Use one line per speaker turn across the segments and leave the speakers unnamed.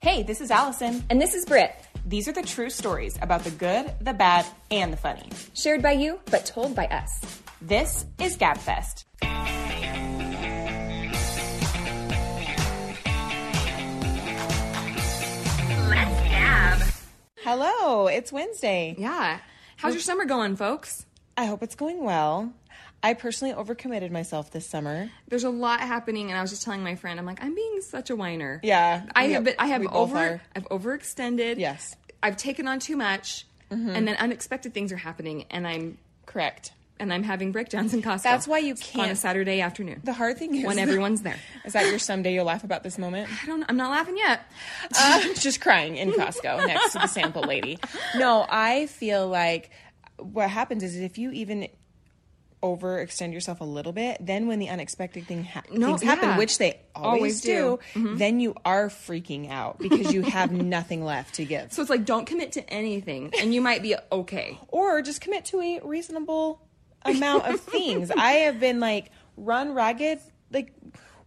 Hey, this is Allison.
And this is Britt,
These are the true stories about the good, the bad, and the funny.
shared by you, but told by us.
This is GabFest.
Let's gab.
Hello, it's Wednesday.
Yeah. How's your summer going, folks?
I hope it's going well. I personally overcommitted myself this summer.
There's a lot happening, and I was just telling my friend, I'm like, I'm being such a whiner.
Yeah,
I
we-
have been, I have
we both
over,
are.
I've overextended.
Yes. Mm-hmm.
I've taken on too much, and then unexpected things are happening, and I'm,
Correct.
and I'm having breakdowns in Costco.
That's why you
on a
can't-
Saturday afternoon
The hard thing is
when
that-
everyone's there.
Is that your someday you'll laugh about this moment?
I don't, I'm not laughing yet.
Uh, just crying in Costco next to the sample lady. No, I feel like what happens is if you even overextend yourself a little bit, then when the unexpected thing ha-
No,
things happen,
yeah.
which they always,
Always
do,
do. Mm-hmm.
then you are freaking out because you have nothing left to give.
So it's like, don't commit to anything, and you might be okay.
or just commit to a reasonable amount of things. I have been like run ragged. Like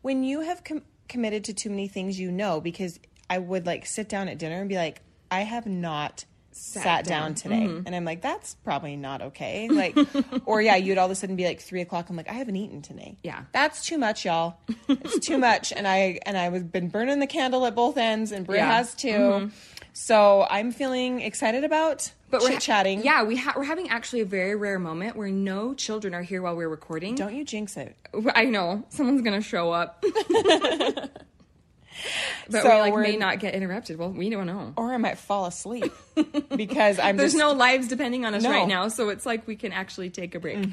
when you have com- committed to too many things, you know, because I would like sit down at dinner and be like, I have not sat, down,
down. Mm-hmm.
today. And I'm like, that's probably not okay. Like, or yeah, you'd all of a sudden be like three o'clock. I'm like, I haven't eaten today.
Yeah.
That's too much, y'all. It's too much. And I, and I was been burning the candle at both ends and Brit
Yeah. Mm-hmm.
has too. So I'm feeling excited about
But we're
chit chatting.
Yeah, we ha- we're having actually a very rare moment where no children are here while we're recording.
Don't you jinx it.
I know someone's gonna show up. but
So
we like
we're-
may not get interrupted. Well, we don't know.
Or I might fall asleep because I'm
There's
just.
no lives depending on us
No.
right now, so it's like we can actually take a break.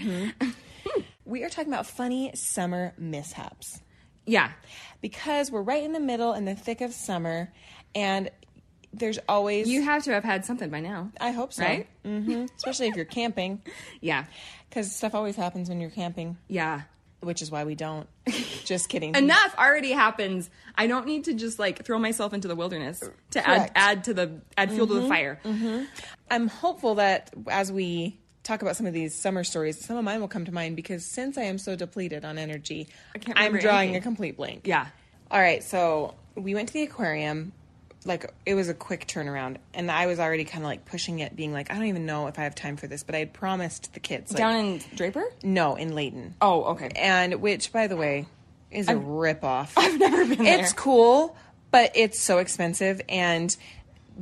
we are talking about funny summer mishaps
Yeah,
because we're right in the middle in the thick of summer and there's always.
you have to have had something by now.
I hope so.
Right?
hmm Especially if you're camping
Yeah, Mm-hmm.
because stuff always happens when you're camping,
yeah.
which is why we don't. Just kidding.
Enough already happens. I don't need to just like throw myself into the wilderness to
Correct.
add add to the add fuel to the fire.
I'm hopeful that as we talk about some of these summer stories, some of mine will come to mind because since I am so depleted on energy,
can't
I'm
remember
drawing
anything.
a complete blank.
Yeah.
All right, so we went to the aquarium. Like it was a quick turnaround, and I was already kind of like pushing it, being like, I don't even know if I have time for this, but I had promised the kids like,
Down in Draper.
no in Layton.
Oh, okay.
and which by the way is a rip off.
I've never been there.
It's cool, but it's so expensive and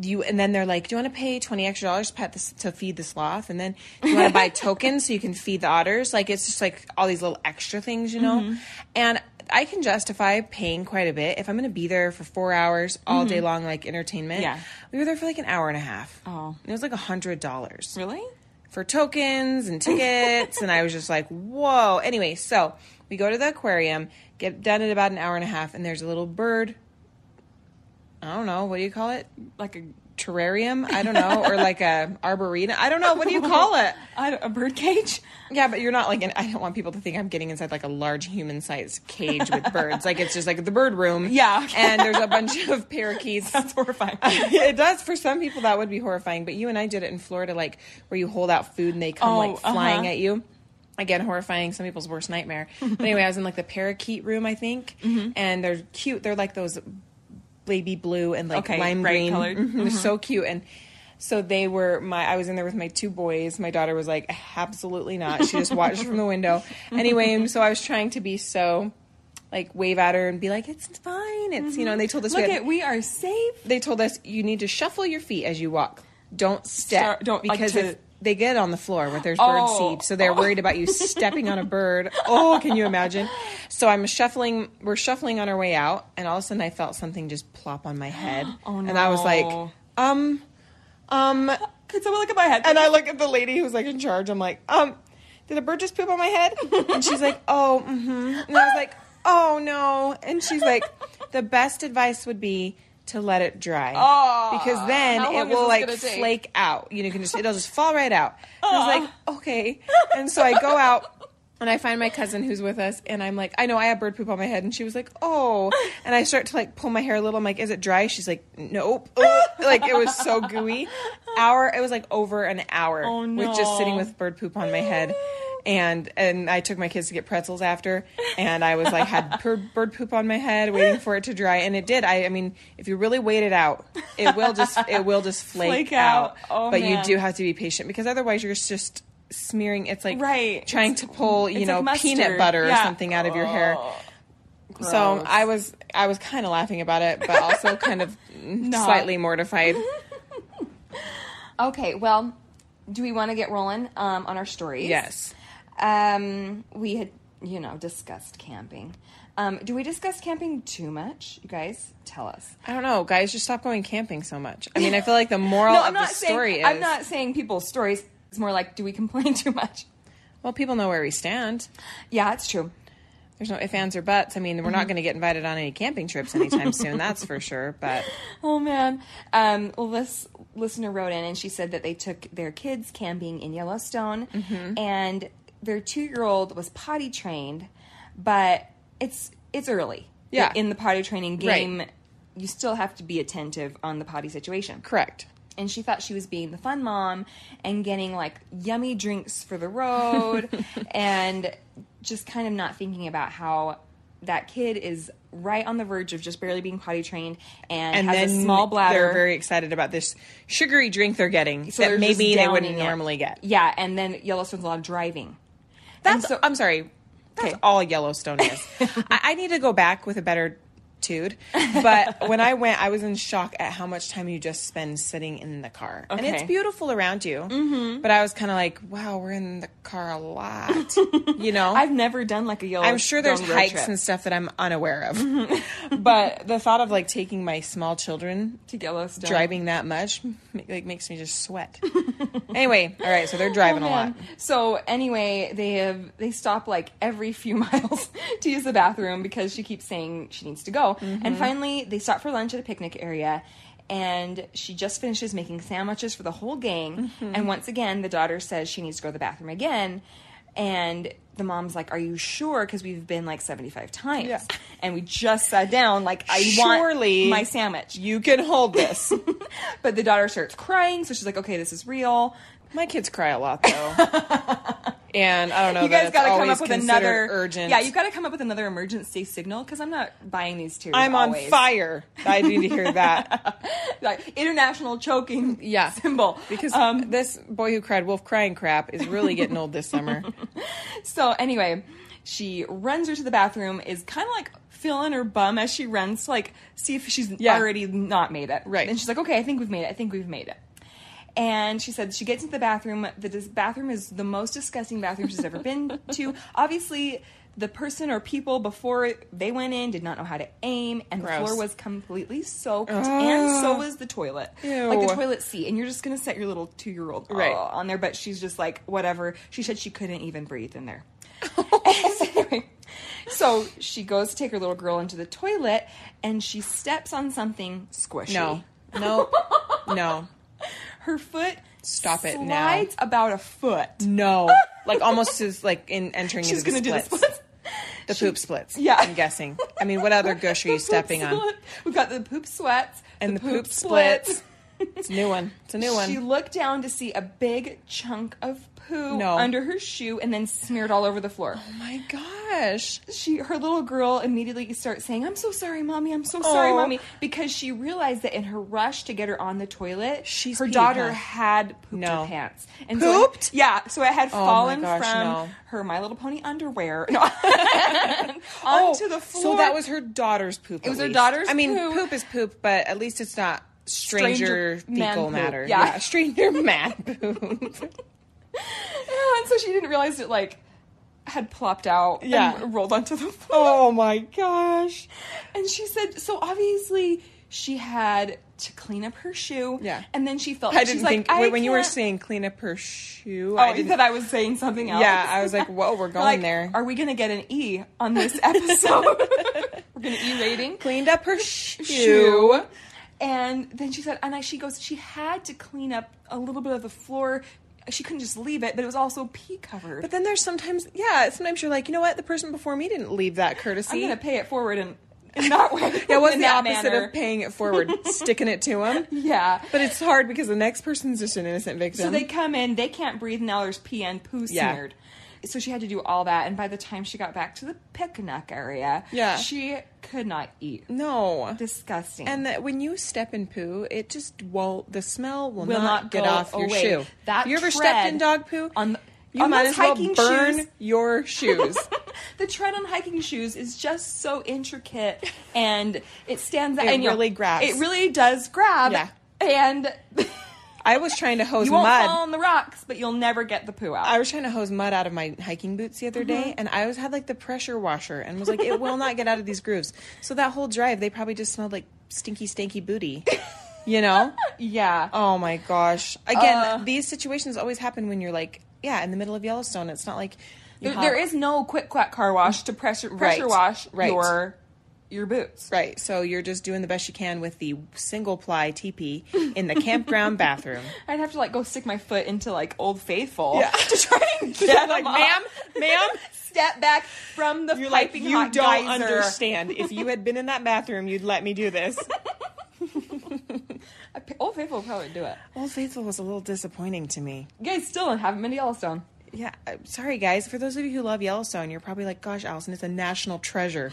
you and then they're like, "Do you want to pay twenty extra dollars to pet this, to feed the sloth?" And then do you want to buy tokens so you can feed the otters? Like it's just like all these little extra things, you
Mm-hmm.
know. And I can justify paying quite a bit if I'm going to be there for four hours all day long, like entertainment.
Mm-hmm. Yeah.
we were there for like an hour and a half.
Oh.
And it was like a hundred dollars
Really?
for tokens and tickets and I was just like, "Whoa." Anyway, so we go to the aquarium, get done in about an hour and a half and there's a little bird I don't know, what do you call it?
Like a
Terrarium, I don't know, or like a arboretum. I don't know, what do you call it?
I don't- a bird cage?
Yeah, but you're not like an I don't want people to think I'm getting inside like a large human-sized cage with birds. Like it's just like the bird room.
Yeah, okay.
And there's a bunch of parakeets
That's horrifying.
it does for some people that would be horrifying but you and i did it in florida like where you hold out food and they come
Oh,
like flying
uh-huh.
at you again horrifying some people's worst nightmare but anyway i was in like the parakeet room i think
Mm-hmm.
and they're cute they're like those baby blue and like
Okay,
lime
bright
green
colored. Mm-hmm.
Mhm, they're so cute and so they were my i was in there with my two boys my daughter was like absolutely not she just watched from the window anyway and so i was trying to be so like wave at her and be like it's fine it's you know and they told us we
Look
had-
at we are safe.
they told us you need to shuffle your feet as you walk. Don't step.
Start- don't, like,
because
to-
if they get on the floor where there's bird
Oh.
seed, so they're worried about you stepping on a bird. Oh, can you imagine? So I'm shuffling. We're shuffling on our way out, and all of a sudden I felt something just plop on my head,
Oh,
and I was like,
no.
um, um,
Could someone look at my head?
and I look at the lady who's like in charge. I'm like, um, did a bird just poop on my head? And she's like, oh, mm-hmm. and I was like, oh no. And she's like, the best advice would be to let it dry
Aw,
because then
how long
it
is
will
this
like
gonna take?
flake out. You know, you can just it'll just fall right out. And I was like, okay. And so I go out. And I find my cousin who's with us, and I'm like, I know I have bird poop on my head, and she was like, oh. And I start to like pull my hair a little. I'm like, is it dry? She's like, nope. Ugh. Like it was so gooey. Hour, it was like over an hour
Oh,
with just sitting
no.
with bird poop on my head. and and I took my kids to get pretzels after, and I was like had per- bird poop on my head, waiting for it to dry, and it did. I, I mean, if you really wait it out, it will just it will just flake,
Flake out. Oh,
but
man.
you do have to be patient because otherwise you're just smearing. It's like
Right.
trying to pull you
it's
know
like mustard.
peanut butter
Yeah. Oh,
or something out of your hair. So
gross.
I was I was kind of laughing about it, but also kind of slightly mortified.
Mm-hmm. Okay, well, do we want to get rolling um, on our stories?
Yes.
Um, we had, you know, discussed camping. Um, do we discuss camping too much? You guys, tell us.
I don't know, guys. Just stop going camping so much. I mean, I feel like the moral
no,
of
I'm
the
not saying.
story is
I'm not saying people's stories. It's more like, do we complain too much?
well, people know where we stand.
Yeah, it's true.
There's no ifs, ands, or buts. I mean, we're
Mm-hmm.
not going to get invited on any camping trips anytime soon. That's for sure. But
Oh man. Um, well, this listener wrote in and she said that they took their kids camping in Yellowstone,
Mm-hmm.
and their two-year-old was potty trained, but it's it's early.
Yeah.
In the potty training
Right.
game, you still have to be attentive on the potty situation.
correct.
And she thought she was being the fun mom and getting like yummy drinks for the road, and just kind of not thinking about how. That kid is right on the verge of just barely being potty trained and,
And
has
then
a small bladder.
They're very excited about this sugary drink they're getting
So
that
they're just
maybe they wouldn't
downing it.
normally get.
Yeah, and then Yellowstone's a lot of driving.
That's
And so-
I'm sorry. That's
Okay.
all Yellowstone is. I, I need to go back with a better tude. But when I went, I was in shock at how much time you just spend sitting in the car. And it's
Okay.
beautiful around you. Mm-hmm. But I was kind of like, wow, we're in the car a lot. you know?
I've never done like a Yellowstone.
I'm sure there's
road Mm-hmm.
hikes
trip
and stuff that I'm unaware of. but the thought of like taking my small children
to Yellowstone
driving that much like makes me just sweat. anyway, all right, so they're driving a lot.
Oh, Man. So anyway, they have they stop like every few miles to use the bathroom because she keeps saying she needs to go.
Mm-hmm.
And finally, they stop for lunch at a picnic area. And she just finishes making sandwiches for the whole gang.
Mm-hmm.
And once again, the daughter says she needs to go to the bathroom again. And the mom's like, Are you sure? Because we've been like 75 times.
Yeah.
And we just sat down. Like, I
Surely-
want my sandwich.
You can hold this.
But the daughter starts crying. So she's like, Okay, this is real.
My kids cry a lot though, and I don't know.
you guys
got to
come up with another
urgent.
Yeah, you got to come up with another emergency signal because I'm not buying these tears.
I'm on
always.
fire. I need to hear that
Like, international choking.
Yeah.
symbol. Um,
because this boy who cried wolf crying crap is really getting old this summer.
So anyway, she runs her to the bathroom. Is kind of like feeling her bum as she runs to like see if she's
Yeah.
already not made it.
Right.
And she's like, okay, I think we've made it. I think we've made it. And she said she gets into the bathroom. The dis- bathroom is the most disgusting bathroom she's ever been to. Obviously, the person or people before they went in did not know how to aim, and the
Gross.
floor was completely soaked, and so was the toilet. Like
Ew.
the toilet seat, and you're just gonna set your little two year old
Right.
on there, but she's just like, whatever. She said she couldn't even breathe in there. so, anyway, so she goes to take her little girl into the toilet, and she steps on something squishy.
No, no, no,
Her foot
Stop it now.
slides about a foot.
no. Like almost as like in entering
She's
into
gonna
the
do the
splits.
splits.
The poop splits.
Yeah.
I'm guessing. I mean, what other gush are
The
you
poop
stepping on?
split. We've got the poop sweats
And the, poop, splits. It's a new one. It's a new one.
She looked down to see a big chunk of poo
No.
under her shoe and then smeared all over the floor.
oh my gosh.
she her little girl immediately starts saying, "I'm so sorry, mommy. I'm so sorry,
Oh.
mommy," because she realized that in her rush to get her on the toilet,
She's
her
peed,
daughter
huh?
had pooped
No.
her pants. And
Pooped? Oh
So it, yeah, so it had fallen
gosh,
from
no.
her My Little Pony underwear no, onto the floor.
Oh, So that was her daughter's poop. It
was her daughter's
I mean,
poop.
poop is poop, but at least it's not stranger,
Stranger man
fecal
poop.
matter.
Yeah.
stranger man poop.
and so she didn't realize it like had plopped out
Yeah.
and rolled onto the floor.
oh my gosh!
And she said, so obviously she had to clean up her shoe.
Yeah.
And then she felt
I
she's
didn't
like,
think
I
when you were
can't-
saying clean up her shoe.
Oh,
I
you
didn't.
thought I was saying something else.
yeah, I was like, whoa, we're going
like,
there.
Are we gonna get an E on this episode? We're gonna E rating
Cleaned up her shoe.
shoe. And then she said, and I, she goes, she had to clean up a little bit of the floor. She couldn't just leave it, but it was also pee covered.
But then there's sometimes, yeah, sometimes you're like, you know what? The person before me didn't leave that courtesy.
I'm gonna pay it forward and in that way.
yeah, what's
in
the
that
opposite
manner.
of paying it forward? Sticking it to him.
Yeah.
But it's hard because the next person's just an innocent victim.
so they come in, they can't breathe, now there's pee and poo
Yeah.
smeared. so she had to do all that, and by the time she got back to the picnic area,
Yeah.
she could not eat.
No.
Disgusting.
And that when you step in poo, it just won't. The smell will,
Will
not,
not
get
go
off your
away.
shoe.
That
you ever
tread
stepped in dog poo?
on the-
you
on
might
those
as well
hiking
burn
shoes.
your shoes.
the tread on hiking shoes is just so intricate, and it stands out.
It
and you're-
really grabs.
It really does grab.
Yeah.
And
I was trying to hose
you won't
mud.
fall on the rocks, but you'll never get the poo out.
I was trying to hose mud out of my hiking boots the other
Mm-hmm.
day, and I was had like the pressure washer, and was like, it will not get out of these grooves. So that whole drive, they probably just smelled like stinky, stanky booty. You know?
yeah.
Oh my gosh! Again,
Uh.
these situations always happen when you're like, yeah, in the middle of Yellowstone. It's not like you
There,
hop-
there is no quick quack car wash to pressure pressure
Right.
wash
Right.
your your boots.
right. So you're just doing the best you can with the single ply teepee in the campground bathroom.
I'd have to like go stick my foot into like Old Faithful
Yeah.
to try and get
Yeah,
them
like,
off.
ma'am, ma'am.
step back from the
You're like,
piping
you
hot
don't
geyser."
understand. If you had been in that bathroom, you'd let me do this.
I pi- Old Faithful would probably do it.
Old Faithful was a little disappointing to me.
You guys still haven't been to Yellowstone.
Yeah, I'm sorry guys. For those of you who love Yellowstone, you're probably like, "Gosh, Allison, it's a national treasure."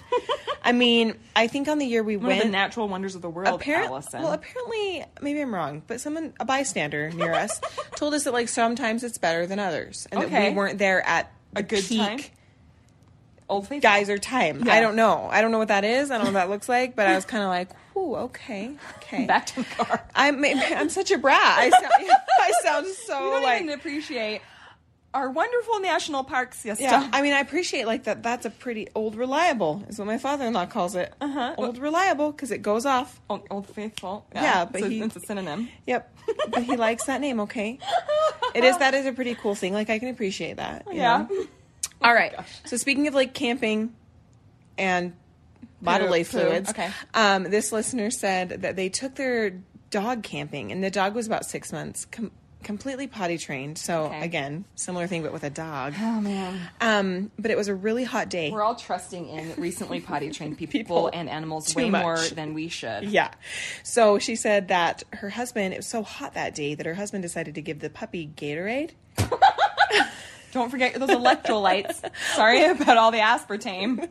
I mean, I think on the year we
One of the
went,
natural wonders of the world,
Apparent-
Allison.
Well, apparently, maybe I'm wrong, but someone, a bystander near us, told us that like sometimes it's better than others, and that
Okay.
we weren't there at
a
the
good
peak
time. Old Faithful.
geyser time. I
Yeah.
don't know. I don't know what that is. I don't know what that looks like. But I was kind of like, "Ooh, okay, okay."
back to the car.
I'm I'm such a brat. I sound I sound
You
so
don't
like
even appreciate our wonderful national parks, yes.
yeah. I mean, I appreciate like that. That's a pretty old reliable is what my father-in-law calls it.
Uh-huh.
Old reliable because it goes off.
Old, Old Faithful.
Yeah, but
it's a,
he-
it's a synonym.
Yep. but he likes that name, okay? It is that is a pretty cool thing. Like I can appreciate that. you
Yeah.
know? All right. So speaking of like camping and bodily
poo.
fluids,
Okay.
um, this listener said that they took their dog camping and the dog was about six months, com- completely potty trained. So
Okay.
again, similar thing but with a dog.
Oh man.
Um, but it was a really hot day.
We're all trusting in recently potty trained people,
People
and animals
too
way
much.
more than we should.
Yeah. So she said that her husband, it was so hot that day that her husband decided to give the puppy Gatorade.
Don't forget those electrolytes. Sorry about all the aspartame.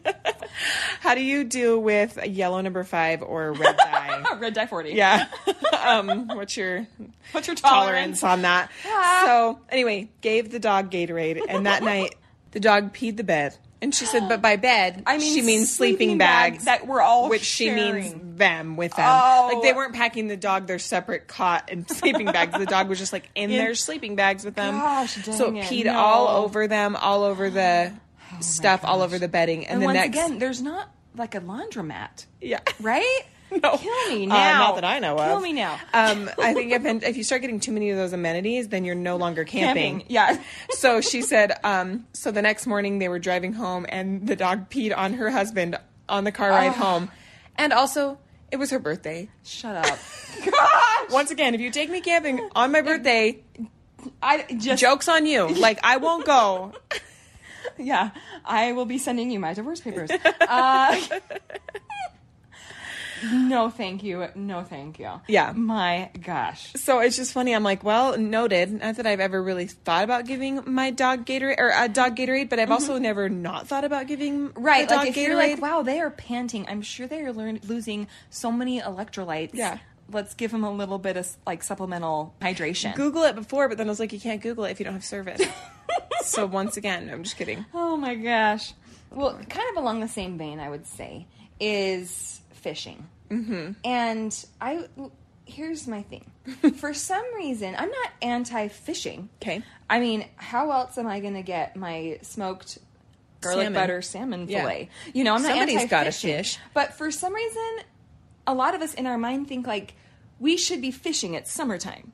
How do you do with a yellow number five or red dye?
Red dye 40.
yeah. um, what's your
What's your tolerance?
tolerance on that?
Yeah.
So, anyway, gave the dog Gatorade, and that night the dog peed the bed. And she said, but by bed,
I mean,
she means sleeping bags.
that we're all
which she
sharing.
means them with them.
Oh.
Like they weren't packing the dog their separate cot and sleeping bags. The dog was just like in their sleeping bags with them.
Gosh,
so
dang
it
it,
peed
no. Oh
all over them, all over the stuff, all over the bedding. And,
And
the
once
next,
again, there's not like a laundromat,
yeah,
right?
No.
Kill me
Uh,
now.
not that I know
Kill
of.
Kill me now.
Um, I think if, if you start getting too many of those amenities, then you're no longer camping.
Yeah.
so she said, um, so the next morning they were driving home and the dog peed on her husband on the car ride
Oh.
home. And also, it was her birthday.
Shut up.
Once again, if you take me camping on my birthday,
I just
joke's on you. Like, I won't go.
yeah. I will be sending you my divorce papers. Uh, no, thank you. No, thank you.
Yeah.
My gosh.
So it's just funny. I'm like, well, noted. Not that I've ever really thought about giving my dog Gatorade or a dog Gatorade, but I've also never not thought about giving
Mm-hmm. Right,
the dog
like if
Gatorade.
you're like, wow, they are panting. I'm sure they are learn- losing so many electrolytes.
Yeah.
let's give them a little bit of like supplemental hydration.
Google it before, but then I was like, you can't Google it if you don't have service. so once again, I'm just kidding.
Oh my gosh. Well, kind of along the same vein, I would say is fishing. Mm-hmm. And I here's my thing. For some reason, I'm not anti-fishing.
Okay.
I mean, how else am I going to get my smoked garlic
Salmon.
butter salmon
Yeah.
fillet? You know, I'm not
Somebody's gotta
anti-fishing.
fish.
But for some reason, a lot of us in our mind think like we should be fishing. It's summertime.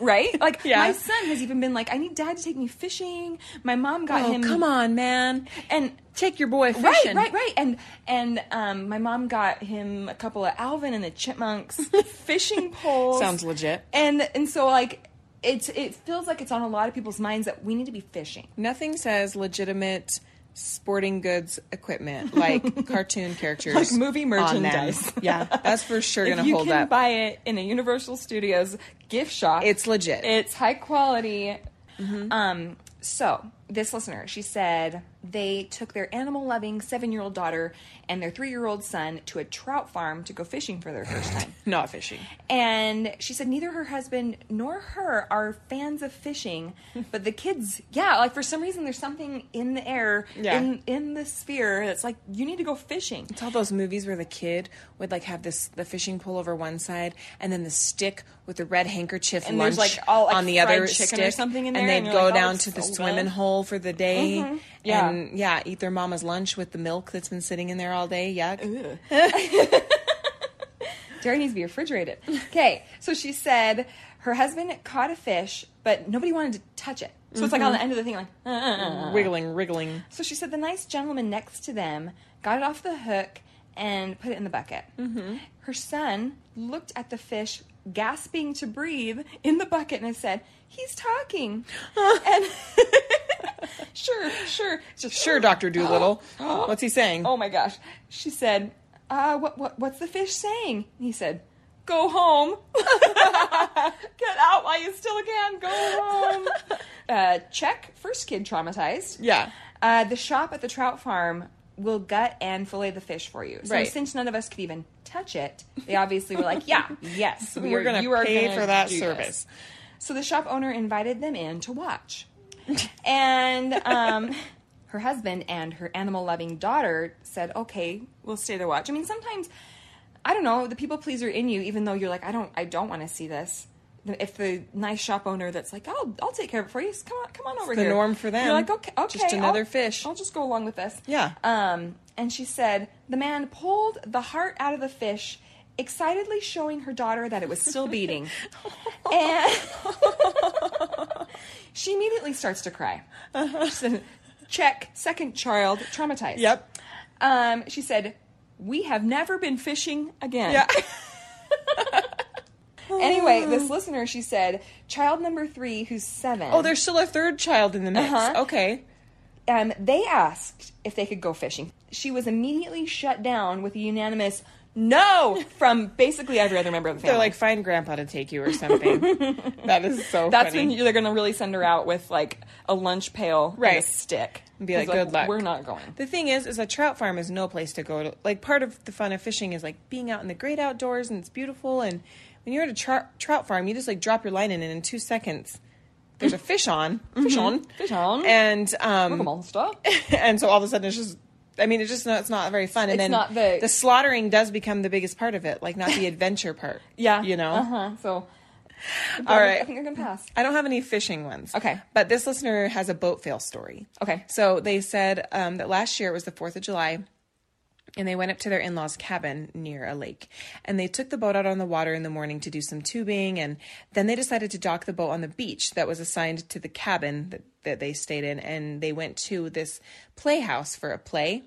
Right? Like
Yeah.
my son has even been like, I need dad to take me fishing. My mom got
Oh,
him
come on, man.
and
Take your boy
Right,
fishing.
right, right, and and um, my mom got him a couple of Alvin and the Chipmunks fishing poles.
Sounds legit.
And and so like it's it feels like it's on a lot of people's minds that we need to be fishing.
Nothing says legitimate sporting goods equipment like cartoon characters,
Like movie
on them.
merchandise.
yeah, that's for sure
If
gonna
you
hold
can
up.
buy it in a Universal Studios gift shop,
it's legit. Mm-hmm.
it's high quality. Um, So, this listener, she said they took their animal loving seven year old daughter and their three year old son to a trout farm to go fishing for their first time.
Not fishing.
And she said neither her husband nor her are fans of fishing, but the kids, yeah, like for some reason there's something in the air,
Yeah.
in in the sphere that's like you need to go fishing.
It's all those movies where the kid would like have this the fishing pole over one side and then the stick with the red handkerchief
And
lunch
there's, like, all, like,
on the
fried
other
chicken or
stick,
something in
and
there,
they'd
and you're
go
like, oh,
down
it's
to the
so
swimming
good.
hole for the day
Yeah.
and yeah eat their mama's lunch with the milk that's been sitting in there all day yuck
Dairy needs to be refrigerated. Okay, so she said her husband caught a fish, but nobody wanted to touch it. So it's like on the end of the thing, like. "Uh, uh, uh, uh."
Uh-huh. wriggling wriggling
So she said the nice gentleman next to them got it off the hook and put it in the bucket. Her son looked at the fish, gasping to breathe, in the bucket and said, He's talking. and sure, sure. It's Just,
sure Doctor Doolittle what's he saying
Oh my gosh. She said, uh, what, what, what's the fish saying? And he said, go home. Get out while you still can. Go home. uh, check. First kid traumatized.
yeah
Uh, the shop at the trout farm will gut and fillet the fish for you. So
Right.
since none of us could even touch it, they obviously were like, yeah, yes,
we're gonna pay
gonna
for that
do this."
service
So the shop owner invited them in to watch. and um, her husband and her animal loving daughter said, okay, we'll stay to watch. I mean, sometimes, I don't know, the people pleaser in you, even though you're like, I don't, I don't want to see this. If the nice shop owner that's like, I'll, I'll take care of it for you. Come on, come on over
the
here.
norm for them.
You're like, okay, okay,
Just another
I'll-
fish."
I'll just go along with this.
Yeah.
Um, and she said, the man pulled the heart out of the fish, excitedly showing her daughter that it was still beating. and she immediately starts to cry. She said, Check, second child, traumatized.
Uh-huh. yep
Um, she said, We have never been fishing again.
yeah
Anyway, this listener, she said, Child number three, who's seven.
Mm-hmm. oh there's still a third child in the mix
Uh-huh.
okay
um, they asked if they could go fishing. She was immediately shut down with a unanimous no from basically every other member of the family.
they're like find grandpa to take you or something that is so
That's
funny.
when you- they're going to really send her out with like a lunch pail and
Right.
a stick.
And be like,
It's
"Good luck."
We're not going.
The thing is, is a trout farm is no place to go to. Like part of the fun of fishing is like being out in the great outdoors and it's beautiful. And when you're at a tra- trout farm, you just like drop your line in and in two seconds, there's a fish on, fish on,
Mm-hmm. Fish on.
and
Come
um,
on, stop.
and so all of a sudden it's just. I mean, it's just not, it's not very fun, and
It's
then
not the-
slaughtering does become the biggest part of it, like not the adventure part.
Yeah.
you know.
Uh huh. So.
All right.
I think I can pass.
I don't have any fishing ones.
Okay.
But this listener has a boat fail story.
Okay.
So they said um, that last year it was the 4th of July. And they went up to their in law's cabin near a lake. And they took the boat out on the water in the morning to do some tubing. And then they decided to dock the boat on the beach that was assigned to the cabin that, that they stayed in. And they went to this playhouse for a play.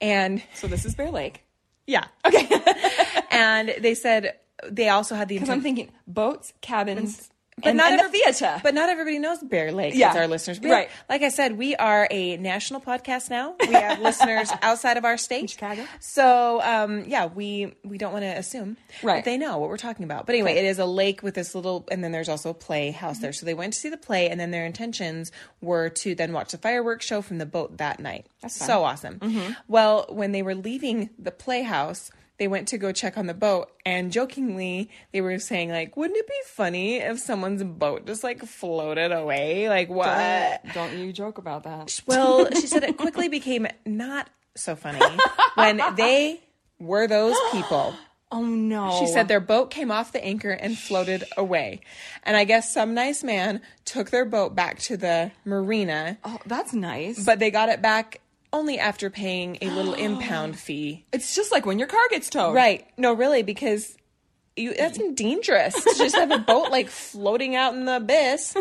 And
So this is Bear Lake.
yeah. Okay. and they said they also had the
Because I'm thinking boats, cabins,
but
and,
not
and the
every-
theater.
But not everybody knows Bear Lake.
Yeah.
as our listeners. We
Right.
Like I said, we are a national podcast now. We have listeners outside of our state,
Chicago.
So um, yeah, we we don't want to assume
Right.
that they know what we're talking about. But anyway, it is a lake with this little, and then there's also a playhouse there. So they went to see the play, and then their intentions were to then watch the fireworks show from the boat that night. That's so awesome. Well, when they were leaving the playhouse they went to go check on the boat and jokingly they were saying like wouldn't it be funny if someone's boat just like floated away like what
Don't- don't you joke about that.
well she said it quickly became not so funny when they were those people
Oh no.
she said their boat came off the anchor and floated away and i guess some nice man took their boat back to the marina
Oh, that's nice. But
but they got it back only after paying a little impound fee
it's just like when your car gets towed.
Right. No, really, because you that's dangerous to just have a boat like floating out in the abyss.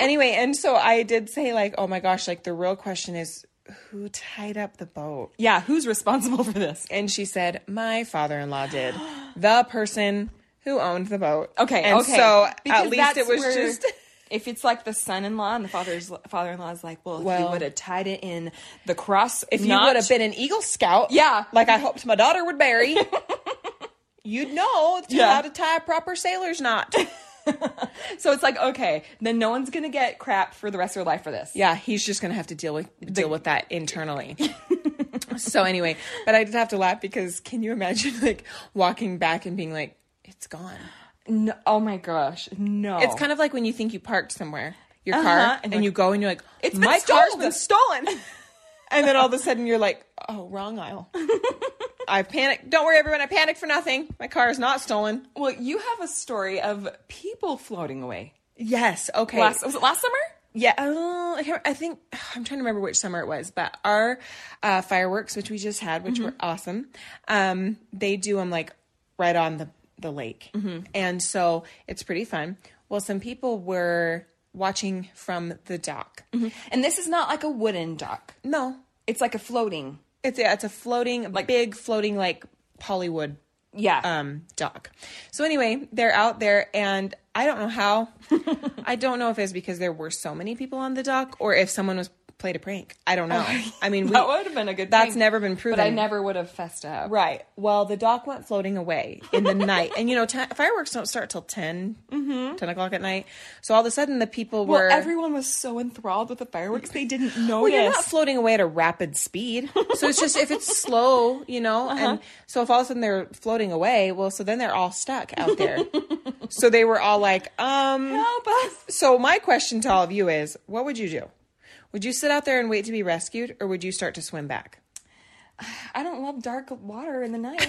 anyway, and so I did say like, oh my gosh, like the real question is who tied up the boat?
Yeah, who's responsible for this?
And she said, My father in law did. The person who owned the boat.
Okay,
And
okay.
so
Because
at least it
that's
was
where-
just
If it's like the son-in-law and the father's father-in-law is like, well, if you
Well-
would have tied it in the cross,
if you would have been an Eagle Scout,
Yeah.
like I hoped my daughter would marry, you'd know to
Yeah.
how to tie a proper sailor's knot.
so it's like, okay, then no one's gonna get crap for the rest of their life for this.
Yeah, he's just gonna have to deal with deal with that internally. so anyway, but I did have to laugh because can you imagine like walking back and being like, it's gone.
No, oh my gosh, no.
It's kind of like when you think you parked somewhere your
Uh-huh,
car
and
Oh. and,
like,
you go and you're like,
It's been
my car's
stolen."
been stolen, and then all of a sudden you're like, oh, wrong aisle. I panicked. Don't worry, everyone. I panicked for nothing. My car is not stolen.
well, you have a story of people floating away.
Yes. Okay.
Last was it last summer?
Yeah, uh, I can't- I think I'm trying to remember which summer it was, but our uh, fireworks, which we just had, which were awesome, um, they do them like right on the the lake, and so it's pretty fun. Well, some people were watching from the dock.
And this is not like a wooden dock.
No,
It's like a floating.
it's yeah, it's a floating, like big floating, like Hollywood
Yeah.
um, dock. So anyway, they're out there, and I don't know how. I don't know if it's because there were so many people on the dock, or if someone was played a prank. I don't know. I mean, we,
that would have been a good
That's
prank,
never been proven.
But I never would have fessed up.
Right. Well, the dock went floating away in the night, and you know, ti fireworks don't start till 10, 10 o'clock at night. So all of a sudden, the people
Mm-hmm. Well,
were
everyone was so enthralled with the fireworks they didn't notice.
Well, you're not floating away at a rapid speed. So it's just if it's slow, you know,
Uh-huh.
and so if all of a sudden they're floating away, well, so then they're all stuck out there. so they were all like, um,
Help us.
so my question to all of you is, what would you do? Would you sit out there and wait to be rescued or would you start to swim back?
I don't love dark water in the night.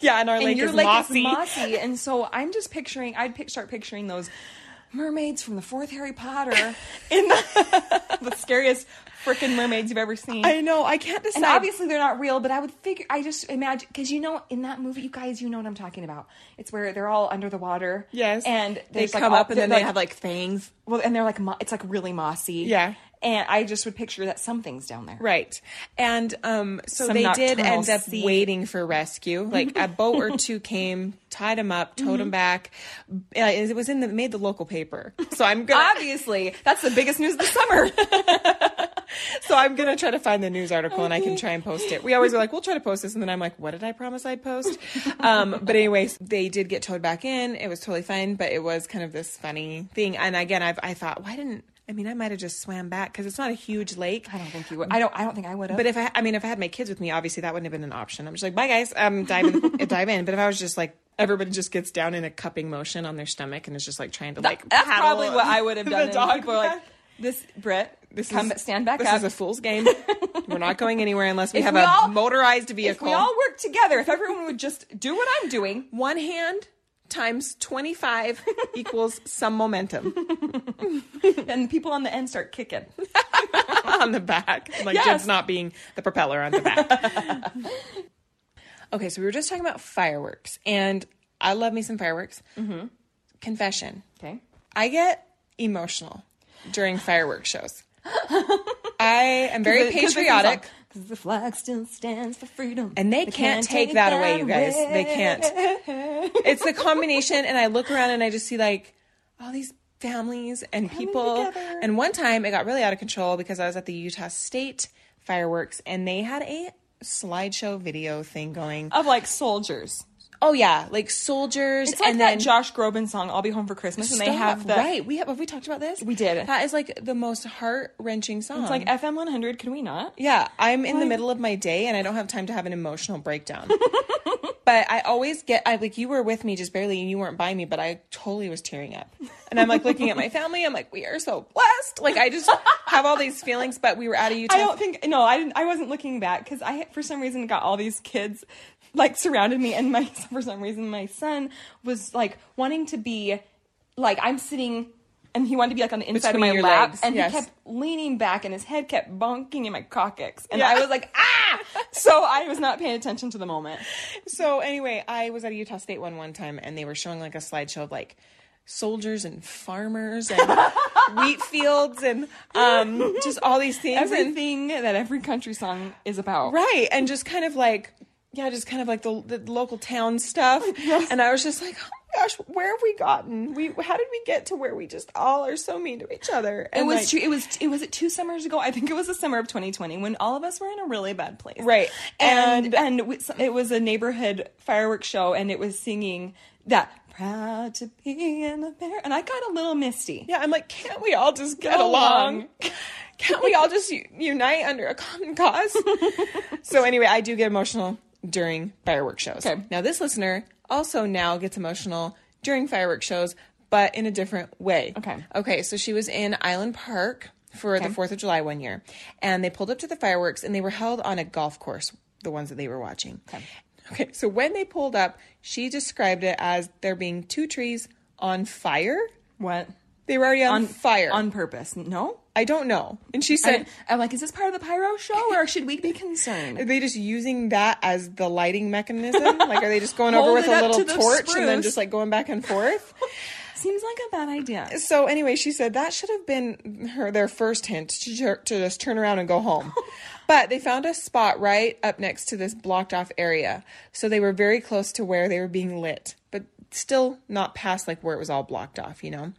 Yeah, and our
and your lake is mossy, and so I'm just picturing. I'd pic- start picturing those mermaids from the fourth Harry Potter in the, the scariest freaking mermaids you've ever seen.
I know, I can't decide.
and obviously they're not real, but I would figure. I just imagine because you know in that movie, you guys, you know what I'm talking about. It's where they're all under the water.
yes.
and
they
there's,
come
like, all-
up and then
they're,
they have like fangs.
well, and they're like mo- it's like really mossy.
Yeah.
and I just would picture that something's down there.
Right. And um, so
Some
they did
nocturnal
end up
sea-
waiting for rescue. Like a boat or two came, tied him up, towed him back. Uh, it was in the made the local paper. So I'm gonna
Obviously, that's the biggest news of the summer. Ah.
so I'm gonna try to find the news article and I can try and post it. We always are like we'll try to post this and then I'm like what did I promise I'd post? Um, but anyways, they did get towed back in. It was totally fine, but it was kind of this funny thing. And again, I've, I thought why didn't I mean I might have just swam back because it's not a huge lake.
I don't think you would. I don't. I don't think I would have.
But if I, I mean, if I had my kids with me, obviously that wouldn't have been an option. I'm just like, bye guys, um, dive in, dive in. But if I was just like, everybody just gets down in a cupping motion on their stomach and is just like trying to like,
that's
paddle
probably what I would have
the
done. And
dog
people are like,
back.
"This Brit,
This
come
is-
stand back
this
up."
is a fool's game. We're not going anywhere unless we
If
have
we
a
all-
motorized
if
vehicle.
we all work together, if everyone would just do what I'm doing,
One hand times 25 equals some momentum
then the people on the end start kicking.
on the back. Like
Yes.
Jen's not being the propeller on the back. okay, so we were just talking about fireworks, and I love me some fireworks. Confession.
Okay.
I get emotional during fireworks shows. I am very patriotic,
Because the flag still stands for freedom.
and they, can't, take, that, away, you guys. They can't. It's the combination, and I look around and I just see like all these families and people.
together.
And one time it got really out of control because I was at the Utah State fireworks, and they had a slideshow video thing going.
Of like soldiers.
Oh yeah, like soldiers,
It's like
and
that
then
Josh Groban song, I'll Be Home for Christmas. And they have
Stop.
the.
right. We have have we talked about this? We
did.
That is like the most heart wrenching song.
It's like FM 100, can we not?
Yeah, I'm in the middle of my day and I don't have time to have an emotional breakdown. but I always get I like you were with me just barely and you weren't by me, but I totally was tearing up. And I'm like looking at my family, I'm like, we are so blessed. Like I just have all these feelings, but we were out of Utah.
I don't think no, I didn't. I wasn't looking back because I for some reason got all these kids like surrounded me, and my for some reason my son was like wanting to be like I'm sitting. And he wanted to be like on the inside
Between
of my
your
lap,
legs,
and
yes.
he kept leaning back, and his head kept bonking in my coccyx, and
Yeah.
I was like, ah! So I was not paying attention to the moment.
so anyway, I was at a Utah State one one time, and they were showing like a slideshow of like soldiers and farmers and wheat fields and um, just all these things. and-
Everything that every country song is about.
right and just kind of like yeah just kind of like the, the local town stuff and i was just like oh my gosh where have we gotten we how did we get to where we just all are so mean to each other and
It was
like-
true. It was. It was it two summers ago. I think it was the summer of 2020 when all of us were in a really bad place.
Right.
And and, we- it was a neighborhood fireworks show, and it was singing that. proud to be an American. And I got a little misty.
Yeah, I'm like, can't we all just get
Get
along?
along.
can't we all just u- unite under a common cause? so anyway, I do get emotional during fireworks shows.
Okay.
Now this listener also now gets emotional during fireworks shows, but in a different way.
Okay.
Okay, so she was in Island Park for the 4th of July one year, and they pulled up to the fireworks and they were held on a golf course, the ones that they were watching. Okay. Okay, so when they pulled up, she described it as there being two trees on fire.
What?
They were already on,
On
fire.
On purpose. No?
I don't know. And she
I
said,
didn't- I'm like, is this part of the pyro show or should we be concerned?
are they just using that as the lighting mechanism? like, are they just going over
Hold
with
it
a
up
little
to the
torch and then
spruce.
just like going back and forth?
Seems like a bad idea.
so anyway, she said that should have been her their first hint to, ju- to just turn around and go home. but they found a spot right up next to this blocked off area, so they were very close to where they were being lit, but still not past like where it was all blocked off, you know.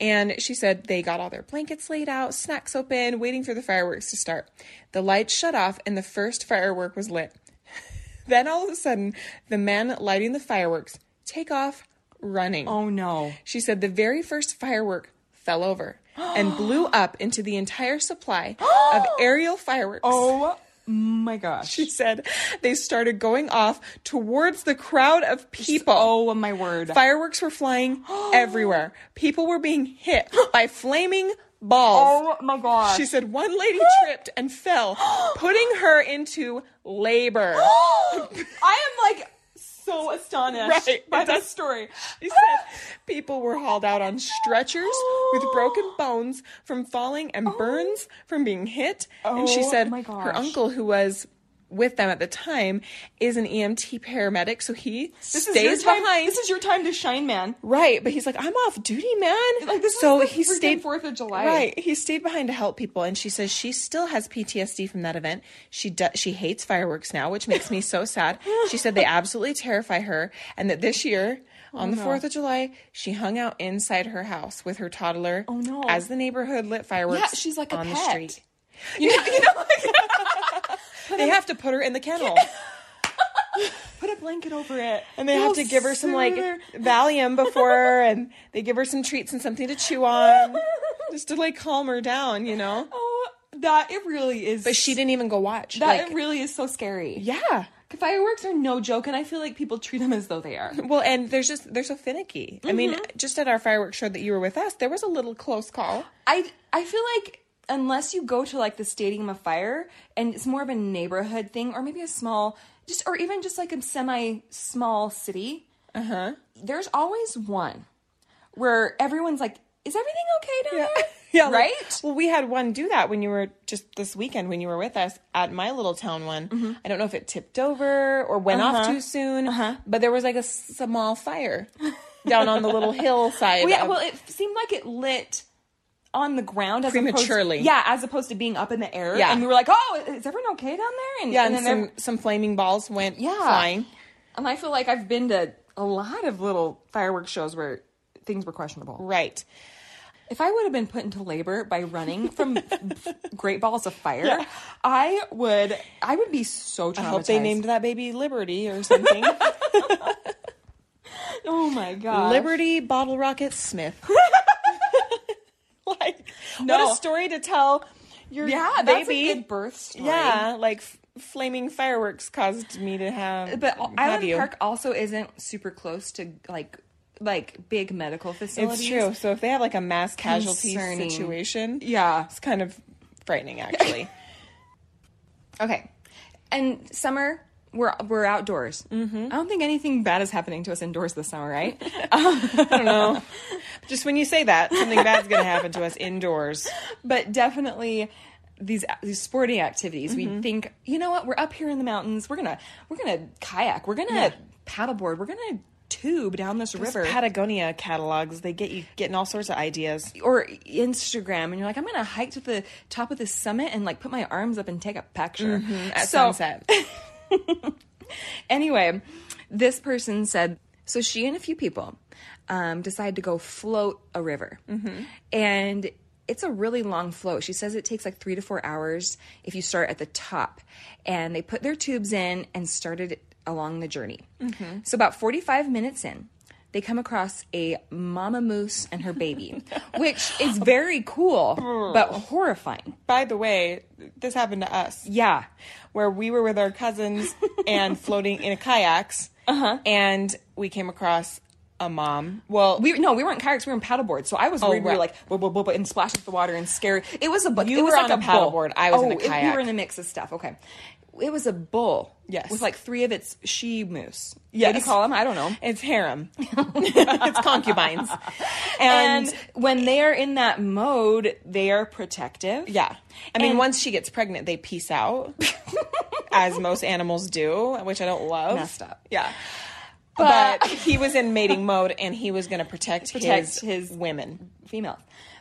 And she said they got all their blankets laid out, snacks open, waiting for the fireworks to start. The lights shut off, and the first firework was lit. then all of a sudden, the man lighting the fireworks take off running.
Oh no.
She said the very first firework fell over and blew up into the entire supply of aerial fireworks.
Oh my gosh.
She said they started going off towards the crowd of people.
Oh my word.
Fireworks were flying everywhere. People were being hit by flaming balls.
Oh my gosh.
She said one lady tripped and fell, putting her into labor.
I am like so astonished
Right,
by
it
this
does-
story.
She said people were hauled out on stretchers with broken bones from falling and burns from being hit. and she
Oh
said
my
her
gosh.
uncle, who was with them at the time, is an EMT paramedic, so he
This
stays
is your time.
behind.
This is your time to shine, man.
right, but he's like, I'm off duty, man.
Like this
so
is the
he
freaking
stayed
Fourth of July.
Right, he stayed behind to help people, and she says she still has PTSD from that event. She do- she hates fireworks now, which makes me so sad. She said they absolutely terrify her, and that this year
Oh,
on the Fourth of July, she hung out inside her house with her toddler. Oh
no.
As the neighborhood lit fireworks,
Yeah, she's like a
on the
pet.
street. You know, they have to put her in the kennel,
Put a blanket over it.
and they have to give her some like Valium before, and they give her some treats and something to chew on, just to like calm her down. You know.
Oh, that it really is.
But she didn't even go watch.
That
like-
it really is so scary.
yeah.
Fireworks are no joke, and I feel like people treat them as though they are.
Well, and there's just they're so finicky. I mean, just at our fireworks show that you were with us, there was a little close call.
I I feel like unless you go to like the stadium of fire and it's more of a neighborhood thing or maybe a small just or even just like a semi small city uh-huh there's always one where everyone's like is everything okay down there
like-
right
well, we had one do that when you were just this weekend when you were with us at my little town one. I don't know if it tipped over or went off too soon, but there was like a s- small fire down on the little hillside.
Well, yeah
of-
well it seemed like it lit on the ground as
Prematurely.
opposed, yeah as opposed to being up in the air
Yeah.
and we were like oh is everyone okay down there and
yeah, and,
then
some some flaming balls went
Yeah.
flying.
and i feel like i've been to a lot of little fireworks shows where things were questionable
Right.
If I would have been put into labor by running from great balls of fire, I would I would be so traumatized.
I hope they named that baby Liberty or something.
Oh my god.
Liberty Bottle Rocket Smith. like, what
No.
a story to tell your
Yeah, that's
baby.
a good birth story.
yeah, like f- flaming fireworks caused me to have.
But
have
Island
you.
Park also isn't super close to like like big medical facilities.
It's true. So if they have like a mass casualty
Concerning.
situation,
Yeah.
it's kind of frightening actually.
Okay. And summer we're we're outdoors. Mm-hmm. I don't think anything bad is happening to us indoors this summer, right?
Just when you say that, something bad's going to happen to us indoors.
but definitely these these sporting activities
Mm-hmm.
we think you know what we're up here in the mountains we're gonna we're gonna kayak we're gonna paddleboard we're gonna tube down this river
Patagonia catalogs, they get you getting all sorts of ideas.
or instagram and you're like i'm gonna hike to the top of this summit and like put my arms up and take a picture
Mm-hmm. At
So-
sunset.
anyway, this person said so she and a few people um, decide to go float a river, and it's a really long float. She says it takes like three to four hours if you start at the top, and they put their tubes in and started along the journey. So about forty-five minutes in. they come across a mama moose and her baby, which is very cool but horrifying.
By the way, this happened to us
Yeah.
where we were with our cousins and floating in a kayaks,
Uh-huh.
and we came across a mom. Well,
We no, we weren't kayaks. We were in paddleboards. So I was worried. We were
right.
like, blah, blah, blah, blah, and splash into the water and scary. It was a bu-
You
it was
were on
like
a
bull.
paddleboard. I was in
Oh,
a
it- we
kayak.
were in a mix of stuff. Okay, it was a bull.
Yes.
with like three of its she moose. What do you
Yes.
call them? I don't know.
it's harem, it's concubines, and,
And when they are in that mode, they are protective.
yeah. I mean,
and-
once she gets pregnant, they peace out, as most animals do, which I don't love.
Messed up.
Yeah.
But-
But, he was in mating mode and he was going to protect,
Protect
his,
his-
women.
females.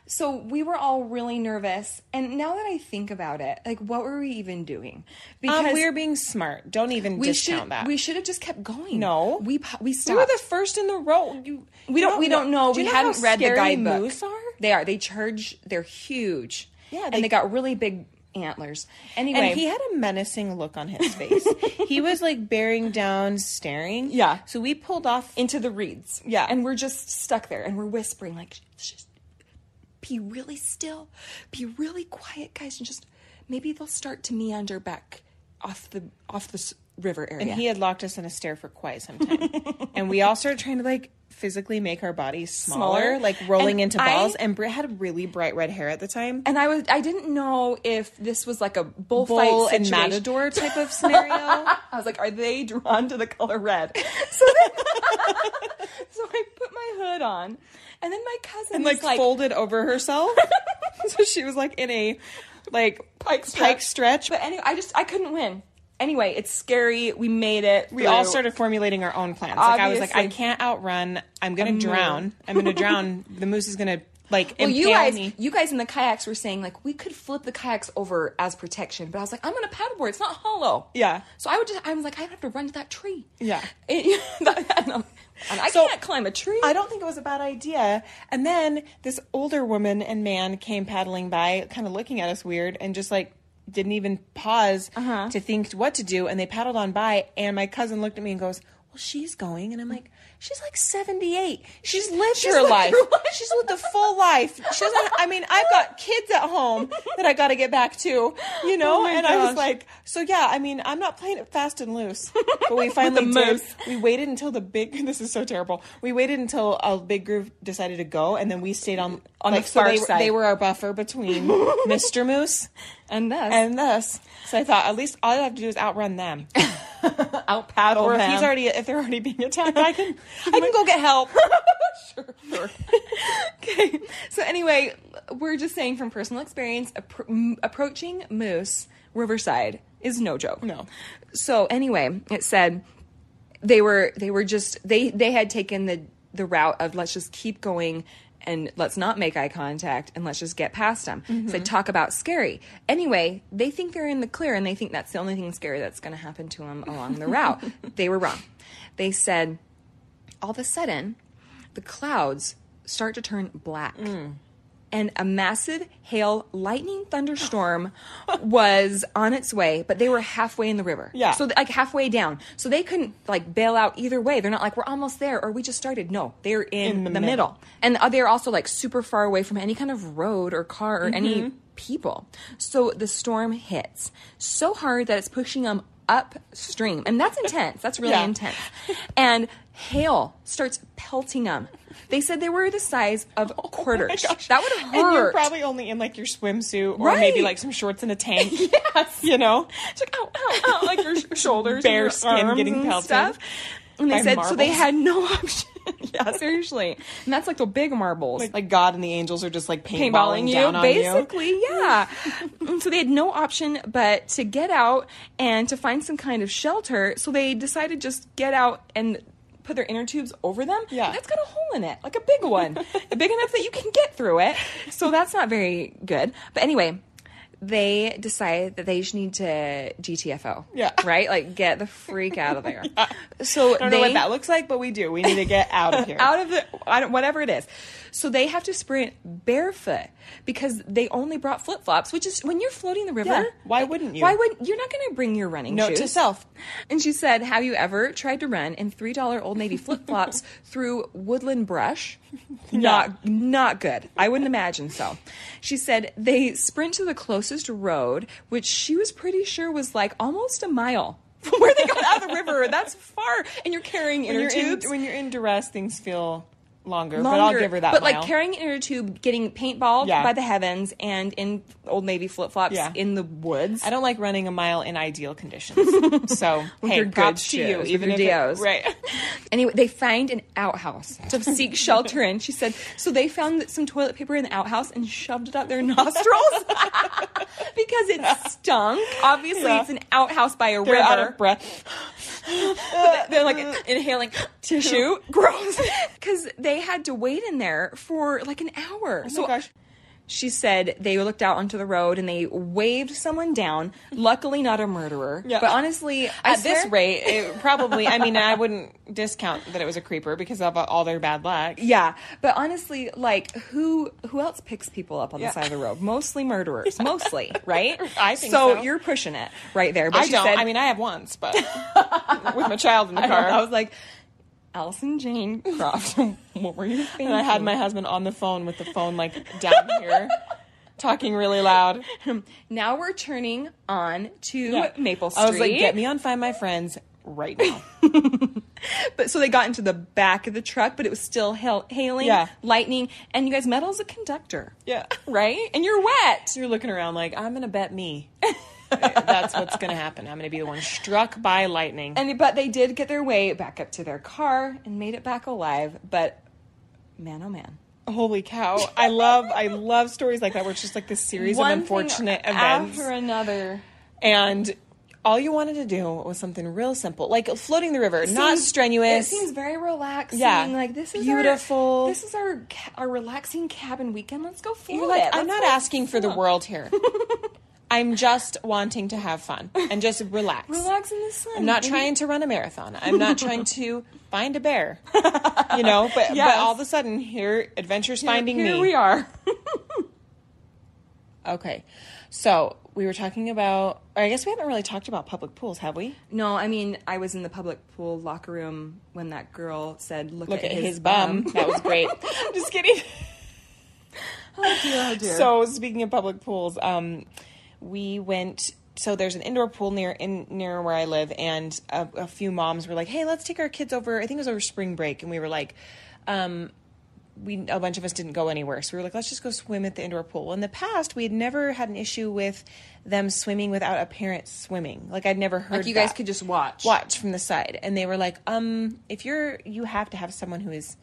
So we were all really nervous. And now that I think about it, like, what were we even doing?
Um, we were being smart. Don't even
we
discount
should
that.
we should have just kept going.
No.
we po- we
We
stopped.
were the first in the row. You,
We don't. We don't know.
Do
we
you know
hadn't
how
read the
scary
guidebook.
Moose are?
They are. They charge. They're huge.
Yeah,
and
they-
they got really big antlers. Anyway,
And he had a menacing look on his face. he was like bearing down, staring.
Yeah.
So we pulled off.
into the reeds.
Yeah.
and we're just stuck there, and we're whispering like, just be really still, be really quiet, guys, and just maybe they'll start to meander back off the off this river area.
and he had locked us in a stare for quite some time. and we all started trying to like physically make our bodies smaller,
Smaller.
like rolling
And
into balls.
I-
and Britt had really bright red hair at the time.
and I was I didn't know if this was like a bullfight
Bull and
situation.
matador type of scenario.
I was like, are they drawn to the color red? So, then- so I put my hood on, and then my cousin
and
was
like,
like,
folded over herself. so she was like in a like
Pike stretch.
pike stretch.
But anyway, I just I couldn't win. Anyway, it's scary. We made it.
we all started formulating our own plans. Like I was like, I
Obviously. Mm-hmm.
can't outrun. I'm gonna drown. I'm gonna drown. The moose is gonna like
Well, you
impale
guys,
me.
you guys in the kayaks were saying like we could flip the kayaks over as protection, but I was like, I'm on a paddleboard. It's not hollow.
Yeah.
So I would just I was like, I would have to run to that tree.
Yeah.
It- and I
So,
can't climb a tree.
I don't think it was a bad idea. And then this older woman and man came paddling by, kind of looking at us weird, and just like didn't even pause
Uh-huh.
to think what to do. And they paddled on by, and my cousin looked at me and goes, "Well, she's going," and I'm like, "She's like 78. She's lived her
lived
life.
her life."
She's lived a full life. She doesn't. I mean, I've got kids at home that I got to get back to, you know."
Oh my
and I was
gosh.
like, "So yeah, I mean, I'm not playing it fast and loose." But we finally
the
did.
moose.
We waited until the big. This is so terrible. We waited until a big group decided to go, and then we stayed on on
the
so
far
they,
side.
They were our buffer between Mr. Moose
and thus
and us. So I thought at least all I have to do is outrun them.
out paddle.
Or if
them.
he's already if they're already being attacked, I can I can go get help.
okay. So anyway, we're just saying from personal experience, appro- m- approaching Moose Riverside is no joke.
No.
So anyway, it said they were they were just they they had taken the the route of let's just keep going and let's not make eye contact and let's just get past them. So they talk about scary. Anyway, they think they're in the clear and they think that's the only thing scary that's going to happen to them along the route. they were wrong. They said all of a sudden, the clouds start to turn black. And a massive hail lightning thunderstorm was on its way, but they were halfway in the river.
Yeah.
So like halfway down. So they couldn't like bail out either way. They're not like we're almost there or we just started. No, they're in,
In
the,
the
middle.
middle.
And uh, they're also like super far away from any kind of road or car or any people. So the storm hits so hard that it's pushing them upstream. And that's intense. That's really
Yeah.
intense. And hail starts pelting them. They said they were the size of quarters. That would have hurt.
And you're probably only in like your swimsuit or
Right.
maybe like some shorts and a tank.
Yes.
You know?
It's like ow, ow, ow, like your sh- shoulders,
Bare
and your
skin
arms
getting
and
pelted
stuff. And they
by
said so they
marbles.
had no option. yeah, seriously. And that's like the big marbles.
Like, like God and the angels are just like paintballing,
paintballing you,
down on you.
basically, yeah. And so they had no option but to get out and to find some kind of shelter. So they decided just get out and put their inner tubes over them.
Yeah.
that's got a hole in it, like a big one, big enough that you can get through it. So that's not very good. But anyway. they decide that they just need to GTFO.
Yeah.
Right? Like get the freak out of there.
Uh,
So
I don't
they
know what that looks like, but we do. We need to get out of here.
out of the I don't, whatever it is. So they have to sprint barefoot because they only brought flip flops, which is when you're floating the river.
Yeah, why wouldn't you?
Why would you're not going to bring your running
Note
shoes?
to self.
And she said, "Have you ever tried to run in three dollar Old Navy flip flops through woodland brush? Not not good. I wouldn't imagine so." She said they sprint to the closest road, which she was pretty sure was like almost a mile. from Where they got out of the river, that's far, and you're carrying
When
inner
you're, in,
tubes.
when you're in duress, things feel longer, but I'll
longer,
give her that
But
mile.
like carrying an inner tube, getting paintballed
Yeah.
by the heavens, and in Old Navy flip flops
Yeah.
in the woods.
I don't like running a mile in ideal conditions. So, hey,
your good
props to
shoes,
you.
with
Even
your
if it-
Dios.
right.
Anyway, they find an outhouse to seek shelter in. She said, so they found that some toilet paper in the outhouse and shoved it up their nostrils because it stunk. Obviously,
Yeah.
it's an outhouse by a
They're
river.
out of breath.
They're like inhaling tissue. Gross. Because they had to wait in there for like an hour.
Oh my gosh.
she said they looked out onto the road and they waved someone down. Luckily, not a murderer.
Yeah.
But honestly, I
At this
swear-
rate, it probably, I mean, I wouldn't discount that it was a creeper because of all their bad luck.
yeah. But honestly, like who who else picks people up on
Yeah.
the side of the road? Mostly murderers. Mostly, right?
I think so.
you're pushing it right there. But
I
she
don't.
said-
I mean, I have once, but with my child in the
I,
car.
don't know, I was like, Allison Jane Croft. what were you thinking?
and I had my husband on the phone with the phone like down here, talking really loud.
Now we're turning on to Maple Street.
I was like, get me on Find My Friends right now.
But so they got into the back of the truck, but it was still hail- hailing,
Yeah.
lightning, and you guys, metal's a conductor,
yeah.
right? And you're wet.
You're looking around like, I'm going to bet me. That's what's going to happen. I'm going to be the one struck by lightning.
And but they did get their way back up to their car and made it back alive. But man, oh man,
Holy cow. I love I love stories like that where it's just like this series of unfortunate
thing
events.
after another.
and all you wanted to do was something real simple. Like floating the river, not
Seems-
strenuous.
It seems very relaxing.
Yeah.
like this is
Beautiful.
Our, this is our ca- our relaxing cabin weekend. Let's go float.
You're like,
it.
I'm
Let's
not
go
asking for the
float.
world here. I'm just wanting to have fun and just relax.
Relax in the sun.
I'm not trying to run a marathon. I'm not trying to find a bear. You know, but
Yes.
but all of a sudden here adventure's finding
Here
me.
we are.
Okay. So we were talking about or I guess we haven't really talked about public pools, have we?
No, I mean I was in the public pool locker room when that girl said, "Look,
Look at his, bum. That was great. I'm just kidding.
oh dear, oh dear.
So speaking of public pools, um, we went. So there's an indoor pool near in near where I live, and a, a few moms were like, "Hey, let's take our kids over." I think it was over spring break, and we were like, um, "We a bunch of us didn't go anywhere, so we were like, let's just go swim at the indoor pool." In the past, we had never had an issue with them swimming without a parent swimming. Like I'd never heard
like you guys
that.
could just watch.
watch from the side, and they were like, "Um, if you're you have to have someone who is."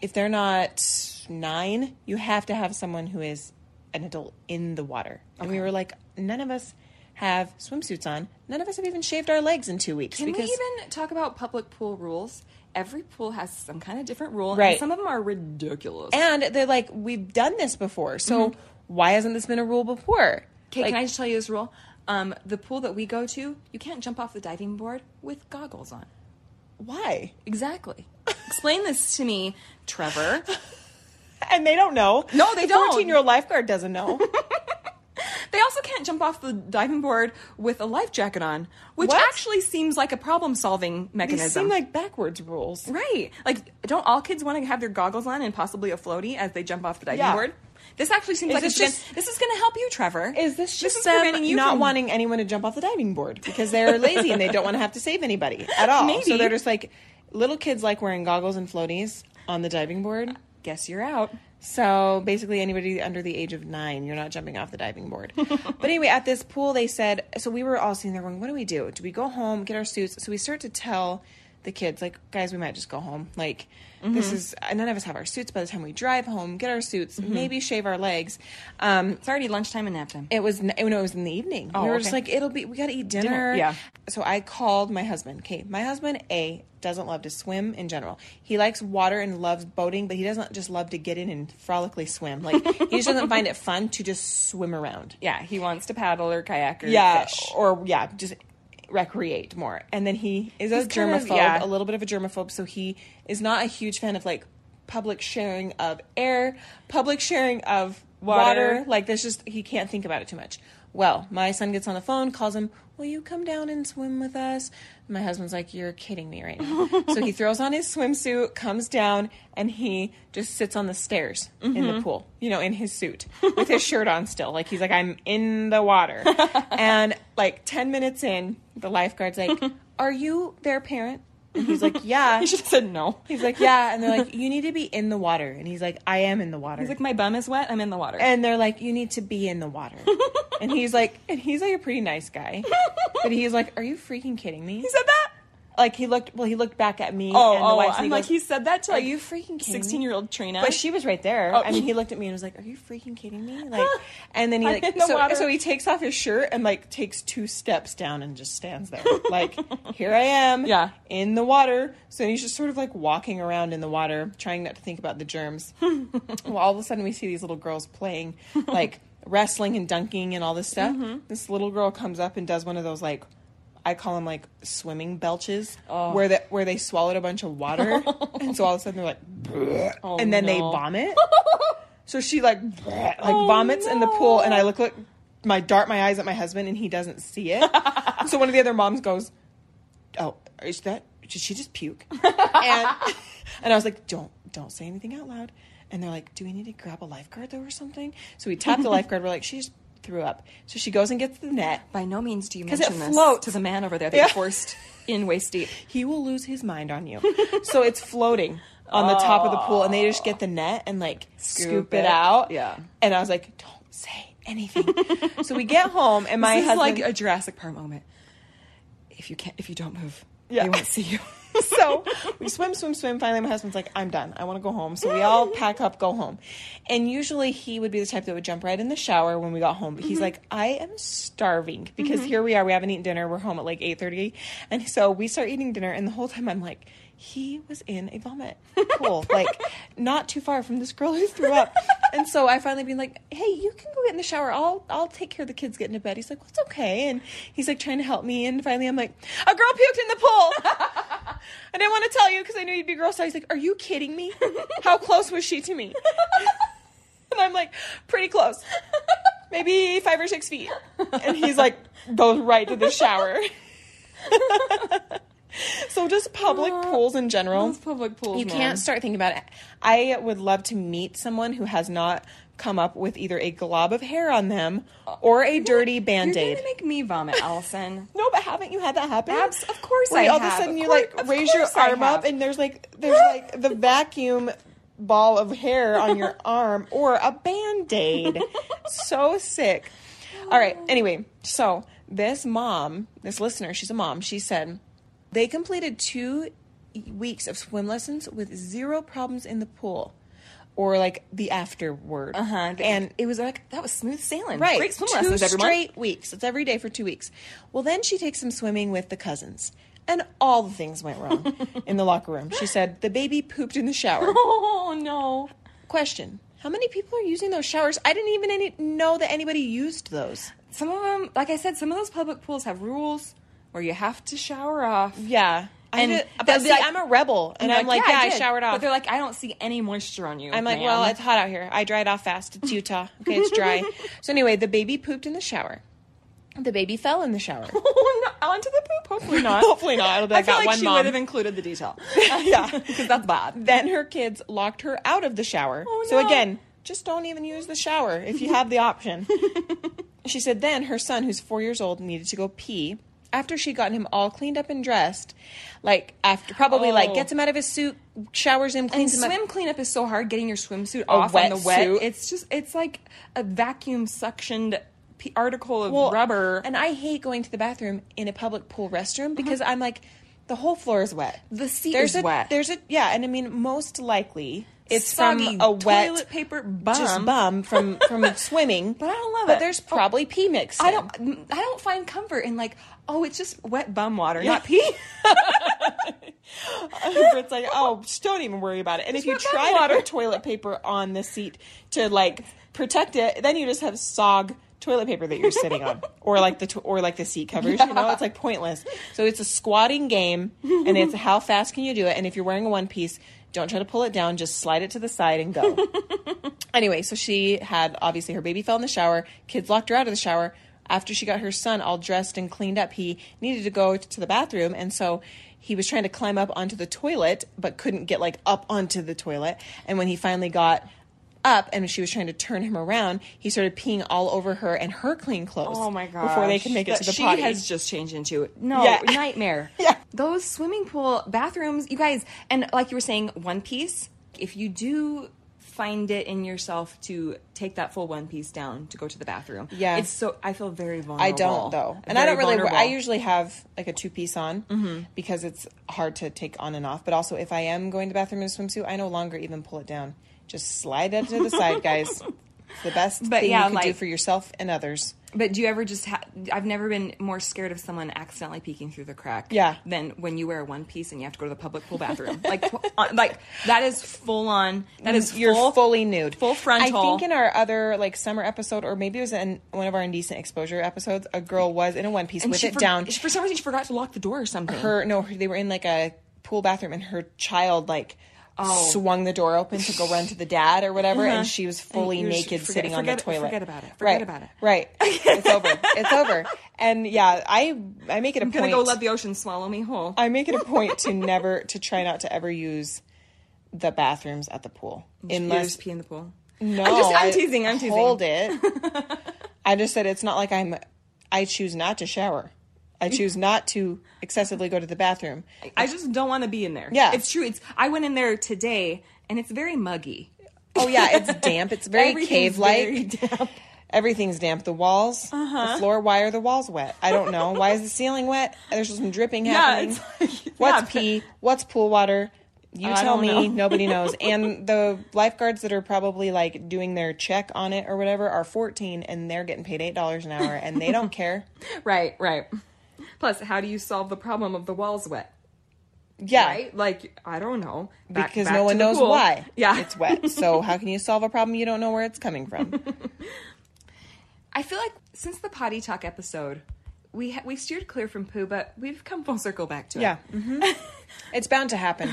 if they're not nine, you have to have someone who is an adult in the water. And we were like, none of us have swimsuits on. None of us have even shaved our legs in two weeks.
Can
because
we even talk about public pool rules? Every pool has some kind of different rule,
Right.
and some of them are ridiculous.
and they're like, we've done this before, so
Mm-hmm.
why hasn't this been a rule before?
okay,
Like,
can I just tell you this rule? Um, the pool that we go to, you can't jump off the diving board with goggles on.
why?
Exactly. Explain this to me, Trevor.
And they don't know.
No, they don't.
Fourteen year old lifeguard doesn't know.
They also can't jump off the diving board with a life jacket on, which
What?
actually seems like a problem-solving
These
mechanism.
seem like backwards rules.
Right. Like, don't all kids want to have their goggles on and possibly a floaty as they jump off the diving
Yeah.
board? This actually seems
Is
like
this
it's gonna-
just-
this is going to help you, Trevor.
Is this just
is
them
preventing you
not
from-
wanting anyone to jump off the diving board because they're lazy and they don't want to have to save anybody at all? So
Maybe.
they're just like little kids like wearing goggles and floaties on the diving board.
Guess you're out.
So basically, anybody under the age of nine, you're not jumping off the diving board. but anyway, at this pool, they said, so we were all sitting there going, what do we do? Do we go home, get our suits? So we start to tell the kids, like, guys, we might just go home. Like,
Mm-hmm.
this is none of us have our suits by the time we drive home, get our suits, maybe shave our legs. Um,
It's already lunchtime and nap time.
it was n- when it was in the evening.
Oh,
we were
okay.
just like, it'll be. We gotta eat dinner.
Dinner, yeah.
So I called my husband. Okay, my husband A doesn't love to swim in general. He likes water and loves boating, but he doesn't just love to get in and frolically swim. Like he just doesn't find it fun to just swim around.
Yeah, he wants to paddle or kayak or
yeah,
fish.
or yeah, just recreate more. And then he is a
He's kind
germaphobe,
of- yeah.
a little bit of a germaphobe, so he is not a huge fan of like public sharing of air, public sharing of water.
Water.
Like there's just he can't think about it too much. Well, my son gets on the phone, calls him, "Will you come down and swim with us?" My husband's like, "You're kidding me right now." so he throws on his swimsuit, comes down, and he just sits on the stairs in the pool, you know, in his suit with his shirt on still. Like he's like, "I'm in the water." and like 10 minutes in, the lifeguard's like, "Are you their parent?" And he's like, "Yeah."
He should have said no. He's
He's like, "Yeah." And they're like, "You need to be in the water." And he's like, "I am in the water."
like, my bum is wet. I'm in the water.
and they're like, "You need to be in the water." and he's like, and he's like a pretty nice guy, but he's like, "Are you freaking kidding me?"
he said that.
like he looked, well, he looked back at me.
Oh,
and the
oh,
wife,
I'm
and he
like
goes,
he said that to
"Are
like
you freaking kidding?" me?"
sixteen-year-old Trina.
But she was right there.
Oh.
I mean, he looked at me and was like, "Are you freaking kidding me?" Like, and then he
I'm
like
in the
so,
water.
so he takes off his shirt and like takes two steps down and just stands there, like, "Here I am,
Yeah.
in the water." So he's just sort of like walking around in the water, trying not to think about the germs. well, all of a sudden we see these little girls playing, like wrestling and dunking and all this stuff.
Mm-hmm.
This little girl comes up and does one of those like. I call them like swimming belches,
Oh.
where that where they swallowed a bunch of water, and so all of a sudden they're like,
Oh,
and then they
no.
vomit. so she like like
Oh,
vomits in the pool, and
no.
I look like my dart my eyes at my husband, and he doesn't see it. so one of the other moms goes, "Oh, is that? Did she just puke?" and and I was like, "Don't don't say anything out loud." And they're like, "Do we need to grab a lifeguard though, or something?" So we tap the lifeguard. We're like, "She just threw up." So she goes and gets the net.
By no means do you
'Cause it
mention this
floats.
to the man over there that you
Yeah.
forced in waist deep.
he will lose his mind on you. so it's floating on the top of the pool, and they just get the net and like scoop, it.
it.
out.
Yeah.
And I was like, don't say anything. so we get home, and my
this
husband.
is like a Jurassic Park moment. If you can't, if you don't move,
Yeah.
they won't see you.
so we swim, swim, swim. Finally, my husband's like, I'm done. I want to go home. So we all pack up, go home. And usually he would be the type that would jump right in the shower when we got home. But he's like, I am starving because here we are. We haven't eaten dinner. We're home at like 8.30. And so we start eating dinner. And the whole time I'm like, he was in a vomit pool, like not too far from this girl who threw up. And so I finally been like, "Hey, you can go get in the shower. I'll I'll take care of the kids getting to bed." He's like, "What's okay?" And he's like trying to help me. And finally, I'm like, "A girl puked in the pool." I didn't want to tell you because I knew you'd be grossed out. He's like, Are you kidding me? How close was she to me? And I'm like, Pretty close. Maybe five or six feet. And he's like, Goes right to the shower. so just public pools in general.
Those public pools.
You
man.
can't start thinking about it. I would love to meet someone who has not come up with either a glob of hair on them or a dirty
You're
band aid.
gonna make me vomit, Allison.
No, but haven't you had that happen?
Abs- of course
Where
I
all of
have.
a sudden
Of
you
course-
like
of
raise your
course I
arm up
have.
and there's like there's like the vacuum ball of hair on your arm or a band-aid. so sick. All right, anyway, so this mom, this listener, she's a mom, she said they completed 2 weeks of swim lessons with zero problems in the pool or like the afterward.
Uh-huh.
And
it was like that was smooth sailing.
Right.
Great swim
two
lessons, everyone.
straight weeks. It's every day for two weeks. Well, then she takes some swimming with the cousins. And all the things went wrong in the locker room. She said, the baby pooped in the shower.
Oh no.
Question. How many people are using those showers? I didn't even any- know that anybody used those.
Some of them, like I said, some of those public pools have rules where you have to shower off.
Yeah. I
And
did,
they'll
but
be
see,
like-
I'm a rebel. And,
You're
I'm like, yeah, I,
did."
showered off.
But they're like, I don't see any moisture on you.
I'm like,
ma'am."
well, it's hot out here. I dried off fast. It's Utah. Okay, it's dry. so anyway, the baby pooped in the shower. The baby fell in the shower.
oh, no, onto the poop. Hopefully not.
Hopefully not. It'll be
I
like,
feel
got
like
one
she
mom.
would have included the detail.
Yeah.
because that's bad.
Then her kids locked her out of the shower.
Oh,
So
no.
again, just don't even use the shower if you have the option. she said then her son, who's four years old, needed to go pee. After she'd gotten him all cleaned up and dressed, like after probably like
Oh.
gets him out of his suit, showers him,
And
cleans him
swim
up.
cleanup is so hard. Getting your swimsuit off on
wet
the wet,
suit.
it's just it's like a vacuum suctioned p- article of
Well,
rubber. Uh-huh.
And I hate going to the bathroom in a public pool restroom because I'm like, The whole floor is wet.
The seat
there's
is
a,
wet.
There's a yeah, and I mean most likely it's
Soggy
from a
toilet
wet
paper bum.
just bum from from swimming.
But I don't love it.
Um. But there's probably pee mixed.
I
in.
don't. I don't find comfort in like, oh, it's just wet bum water, not pee.
it's like, oh, just don't even worry about it. And if you
put bath
try to
water.
put toilet paper on the seat to like protect it, then you just have sog toilet paper that you're sitting on, or like the to- or like the seat covers. You know, it's like pointless. So it's a squatting game, and it's how fast can you do it? And if you're wearing a one piece. Don't try to pull it down, just slide it to the side and go. anyway, so she had obviously her baby fell in the shower, kids locked her out of the shower. After she got her son all dressed and cleaned up, he needed to go to the bathroom, and so he was trying to climb up onto the toilet but couldn't get like up onto the toilet. And when he finally got up and she was trying to turn him around, he started peeing all over her and her clean clothes. Before they could make it
Oh That
to the
she
potty.
has just changed into it. No
Yeah.
nightmare.
Yeah.
those swimming pool bathrooms, you guys, and like you were saying, one piece. If you do find it in yourself to take that full one piece down to go to the bathroom,
Yeah.
it's so I feel very vulnerable.
I don't though, and I
Very Mm-hmm.
don't really.
vulnerable.
I usually have like a two piece on because it's hard to take on and off. But also, if I am going to the bathroom in a swimsuit, I no longer even pull it down. Just slide it to the side, guys. It's the best
But
thing
yeah,
you can do
like-
for yourself and others.
But do you ever just ha- I've never been more scared of someone accidentally peeking through the crack
Yeah.
than when you wear a one piece and you have to go to the public pool bathroom. like tw- uh, like that is full on. That is
Mm, you're
full,
fully nude,
full frontal.
I think in our other like summer episode, or maybe it was in one of our indecent exposure episodes, a girl was in a one piece
and
with
she
it
for-
down.
she- for some reason she forgot to lock the door or something.
her no her- they were in like a pool bathroom and her child like
Oh.
swung the door open to go run to the dad or whatever
Uh-huh.
and she was fully
And you're just-
naked
forget-
sitting on the
forget-
toilet
forget about it. Forget
right
about it.
right it's over it's over and yeah i i make it a
I'm gonna
point
go let the ocean swallow me whole.
i make it a point to never to try not to ever use the bathrooms at the pool
you
unless
just pee in the pool.
no
I'm just- I'm
I
teasing, I'm teasing.
hold it i just said it's not like i'm i choose not to shower i choose not to excessively go to the bathroom
I just don't want to be in there.
Yeah.
it's true. It's I went in there today and it's very muggy.
Oh yeah, it's damp. It's very
Everything's
cave like.
very Uh-huh. damp.
Everything's damp. The walls, the floor. Why are the walls wet? I don't know. Why is the ceiling wet? There's some dripping happening.
it's like-
What's
yeah, but-
pee? What's pool water? You
I
tell
don't
me.
know.
Nobody knows. And the lifeguards that are probably like doing their check on it or whatever are 14 and they're getting paid eight dollars an hour and they don't care.
Right, right. Plus, how do you solve the problem of the walls wet?
Yeah.
Right? Like, I don't know. Back-
Because
back
no
to
one
the
knows
pool.
why
Yeah.
it's wet. So how can you solve a problem you don't know where it's coming from?
I feel like since the potty talk episode, we ha- we steered clear from poo, but we've come full circle back to it.
Yeah, hmm
Mm-hmm.
it's bound to happen.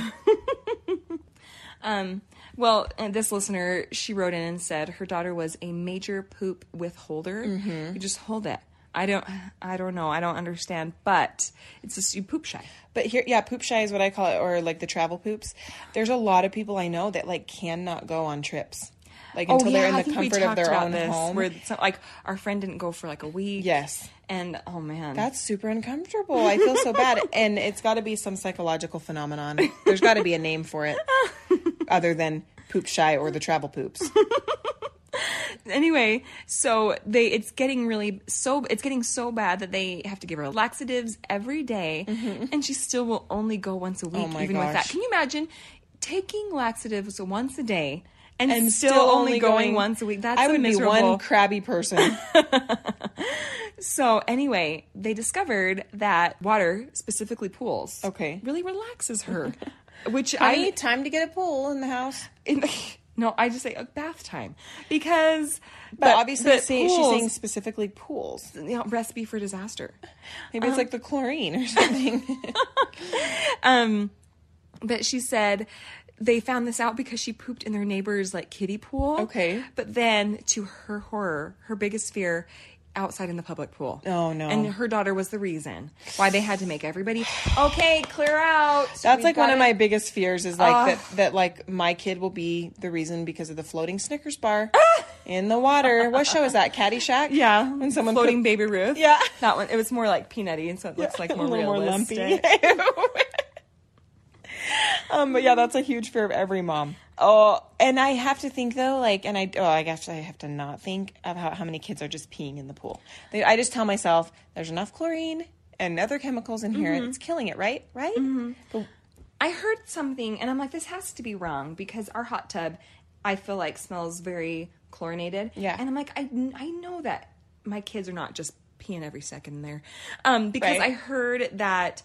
Um, well, and this listener, she wrote in and said her daughter was a major poop withholder.
Mm-hmm.
You just hold it. I don't. I don't know. I don't understand. But it's just you poop shy.
But here, yeah, poop shy is what I call it, or like the travel poops. There's a lot of people I know that like cannot go on trips, like until they're in
Oh, I
the
think we
comfort of
talked
their
about
own
this,
home.
Where it's not- like our friend didn't go for like a week.
Yes.
And oh man,
That's super uncomfortable. I feel so bad, and it's got to be some psychological phenomenon. There's got to be a name for it, other than poop shy or the travel poops.
anyway, so they it's getting really so it's getting so bad that they have to give her laxatives every day, and she still will only go once a week.
Mm-hmm. Oh my
even with that,
gosh.
can you imagine taking laxatives once a day and,
And
still, only going, once a week? That's
I
a
would
miserable.
be one crabby person.
So anyway, they discovered that water, specifically pools,
Okay.
really relaxes her, which
I
I
need time to get a pool in the house.
in- no, I just say uh, bath time because
But, obviously,
but
say- she's
pools-
saying specifically pools.
you know, recipe for disaster.
Maybe
Uh-huh.
it's like the chlorine or something.
But she said they found this out because she pooped in their neighbor's like kiddie pool.
Okay.
But then to her horror, her biggest fear outside in the public pool.
Oh, no.
And her daughter was the reason why they had to make everybody okay, clear out.
That's
We've
like one
got
of
it." Ah.
my biggest fears is like
Ugh.
that that like my kid will be the reason because of the floating Snickers bar in the water. What show is that? Caddyshack.
Ah! yeah,
when someone
floating
put-
baby Ruth.
Yeah.
That one it was more like peanutty and so it looks like more
a little more
realistic.
lumpy. um, but yeah, that's a huge fear of every mom. Oh, and I have to think though, like, and I oh, I guess I have to not think of how, how many kids are just peeing in the pool. They, I just tell myself there's enough chlorine and other chemicals in
Mm-hmm.
here. It's killing it, right? Right? But
I heard something and I'm like, this has to be wrong because our hot tub, I feel like, smells very chlorinated.
Yeah.
And I'm like, I, I know that my kids are not just peeing every second in there. Um, because
Right.
I heard that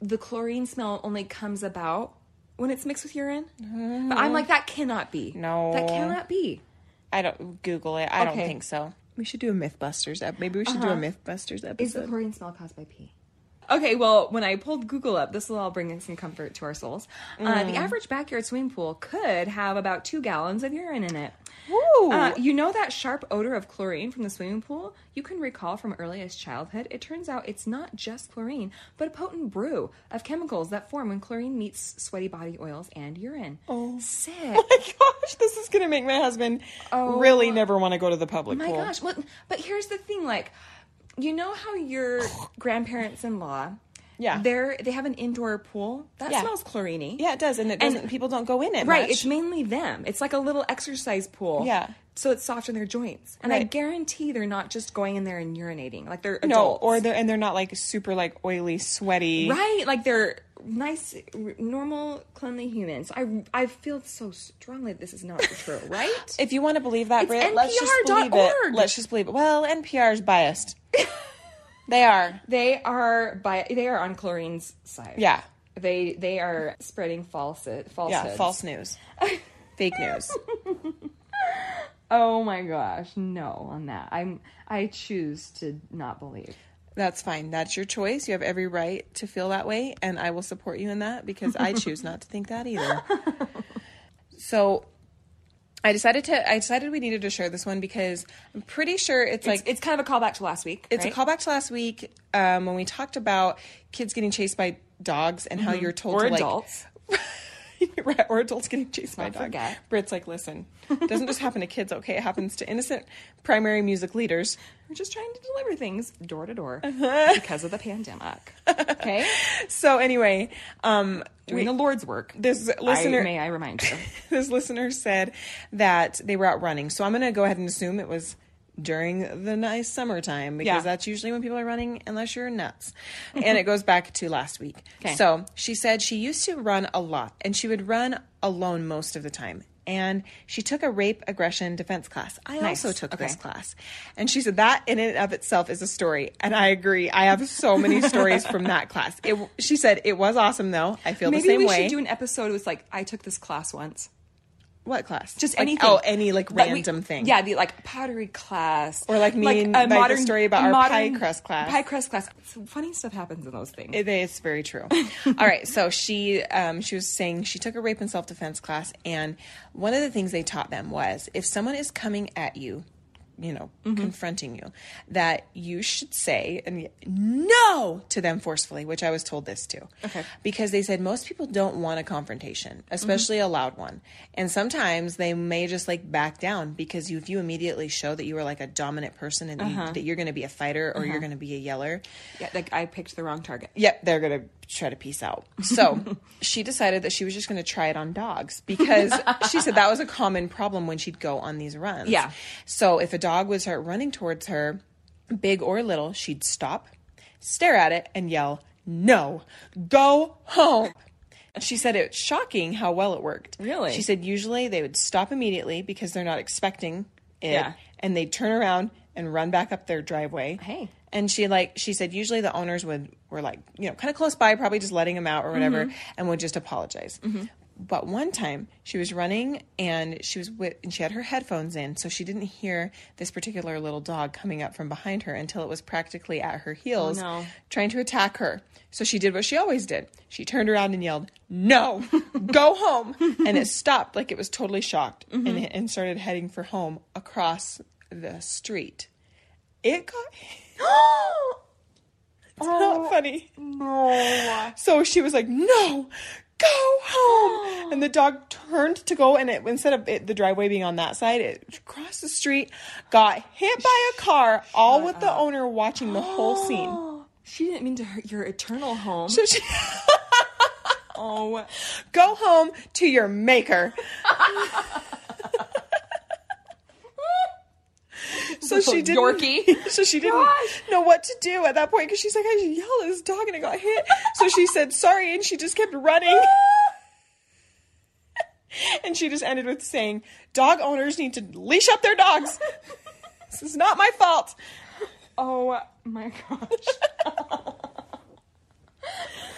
the chlorine smell only comes about when it's mixed with urine. But I'm like, that cannot be.
Mm-hmm. No.
That cannot be.
I don't Google it. I
Okay.
don't think so. Uh-huh. We should do a MythBusters app. Maybe we should do a MythBusters episode.
Is the chlorine smell caused by pee? Okay, well, when I pulled Google up, this will all bring in some comfort to our souls. Uh, the average backyard swimming pool could have about two gallons of urine in it.
Ooh.
Uh, you know that sharp odor of chlorine from the swimming pool? You can recall from earliest childhood. It turns out it's not just chlorine, but a potent brew of chemicals that form when chlorine meets sweaty body oils and urine. Oh, sick!
my gosh, this is gonna make my husband
Oh.
really never want to go to the public
My
pool.
gosh. Well, but here's the thing like you know how your grandparents in law
Yeah.
They're they have an indoor pool. That
Yeah.
smells chlorine.
Yeah, it does, and it
And-
doesn't. people don't go in it
Right,
much.
it's mainly them. It's like a little exercise pool.
Yeah.
So it's soft on their joints. And I
Right.
guarantee they're not just going in there and urinating. Like they're
no,
adults.
or they're and they're not like super like oily, sweaty.
Right, like they're nice, r- normal, cleanly humans. I I feel so strongly this is not true, right?
If you want to believe that,
It's
Brit, let's just
NPR.org.
believe it. Let's just believe it. Well, NPR is biased. they are.
They are by they are on chlorine's side.
Yeah.
They they are spreading false
Yeah.
falsehoods.
False news. Fake news.
Oh my gosh, no on that. I'm I choose to not believe.
That's fine. That's your choice. You have every right to feel that way, and I will support you in that because I choose not to think that either. so I decided to I decided we needed to share this one because I'm pretty sure it's like
Like it's kind of a callback to last week.
it's a callback to last week um, when we talked about kids getting chased by dogs and how you're told
Mm-hmm. Or
to like
adults.
Right, or adults getting chased by
not
dogs.
forget.
Brit's like, listen, it doesn't just happen to kids, okay? It happens to innocent primary music leaders.
We're just trying to deliver things door to door because of the pandemic. Okay,
So anyway, um,
doing the Lord's work.
this
I-
listener
may I remind you.
this listener said that they were out running. So I'm going to go ahead and assume it was during the nice summertime because
Yeah.
that's usually when people are running unless you're nuts. and it goes back to last week.
'Kay.
So she said she used to run a lot and she would run alone most of the time. And she took a rape aggression defense class. I
Nice.
also took this
Okay.
class. And she said that in and of itself is a story. And I agree. I have so many stories from that class. It, she said it was awesome though. I feel
Maybe
the same
we
way.
should do an episode with like I took this class once.
What class?
Just
Like,
anything.
Oh, any like
That we-
random thing.
Yeah, the like pottery class,
Or, like, me and- like, the story about
a
our pie crust class.
Pie crust class. Funny stuff happens in those things.
It- it's very true. All right, so she um, she was saying she took a rape and self defense class, and one of the things they taught them was if someone is coming at you, you know, confronting you, that you should say and no to them forcefully, which I was told this to,
Okay.
because they said most people don't want a confrontation, especially a loud one, and sometimes they may just like back down because you, if you immediately show that you are like a dominant person and that you- that you're going to be a fighter or you're going to be a yeller,
yeah, like I picked the wrong target.
Yep, they're gonna try to peace out. So she decided that she was just gonna try it on dogs because she said that was a common problem when she'd go on these runs.
Yeah.
So if a dog would start running towards her, big or little, she'd stop, stare at it, and yell, No, go home. She said it's shocking how well it worked.
Really?
She said usually they would stop immediately because they're not expecting it
Yeah.
and they'd turn around and run back up their driveway.
Hey.
And she like she said usually the owners would were like you know kind of close by, probably just letting him out or whatever, and would just apologize. But one time she was running and she was with and she had her headphones in, so she didn't hear this particular little dog coming up from behind her until it was practically at her heels,
no.
trying to attack her. So she did what she always did. She turned around and yelled, "No, go home!" And it stopped like it was totally shocked and and started heading for home across the street. It got. It's not funny.
No.
So she was like, "No, go home." and the dog turned to go, and it instead of it, the driveway being on that side, it crossed the street, got hit by a car, all with the owner watching the whole scene.
She didn't mean to hurt your eternal home.
So she
oh,
go home to your maker. so she
little
didn't.
Yorkie.
So she didn't
Gosh.
know what to do at that point because she's like, I just yelled at this dog and it got hit. So she said sorry and she just kept running. and she just ended with saying, "Dog owners need to leash up their dogs. this is not my fault."
Oh my gosh.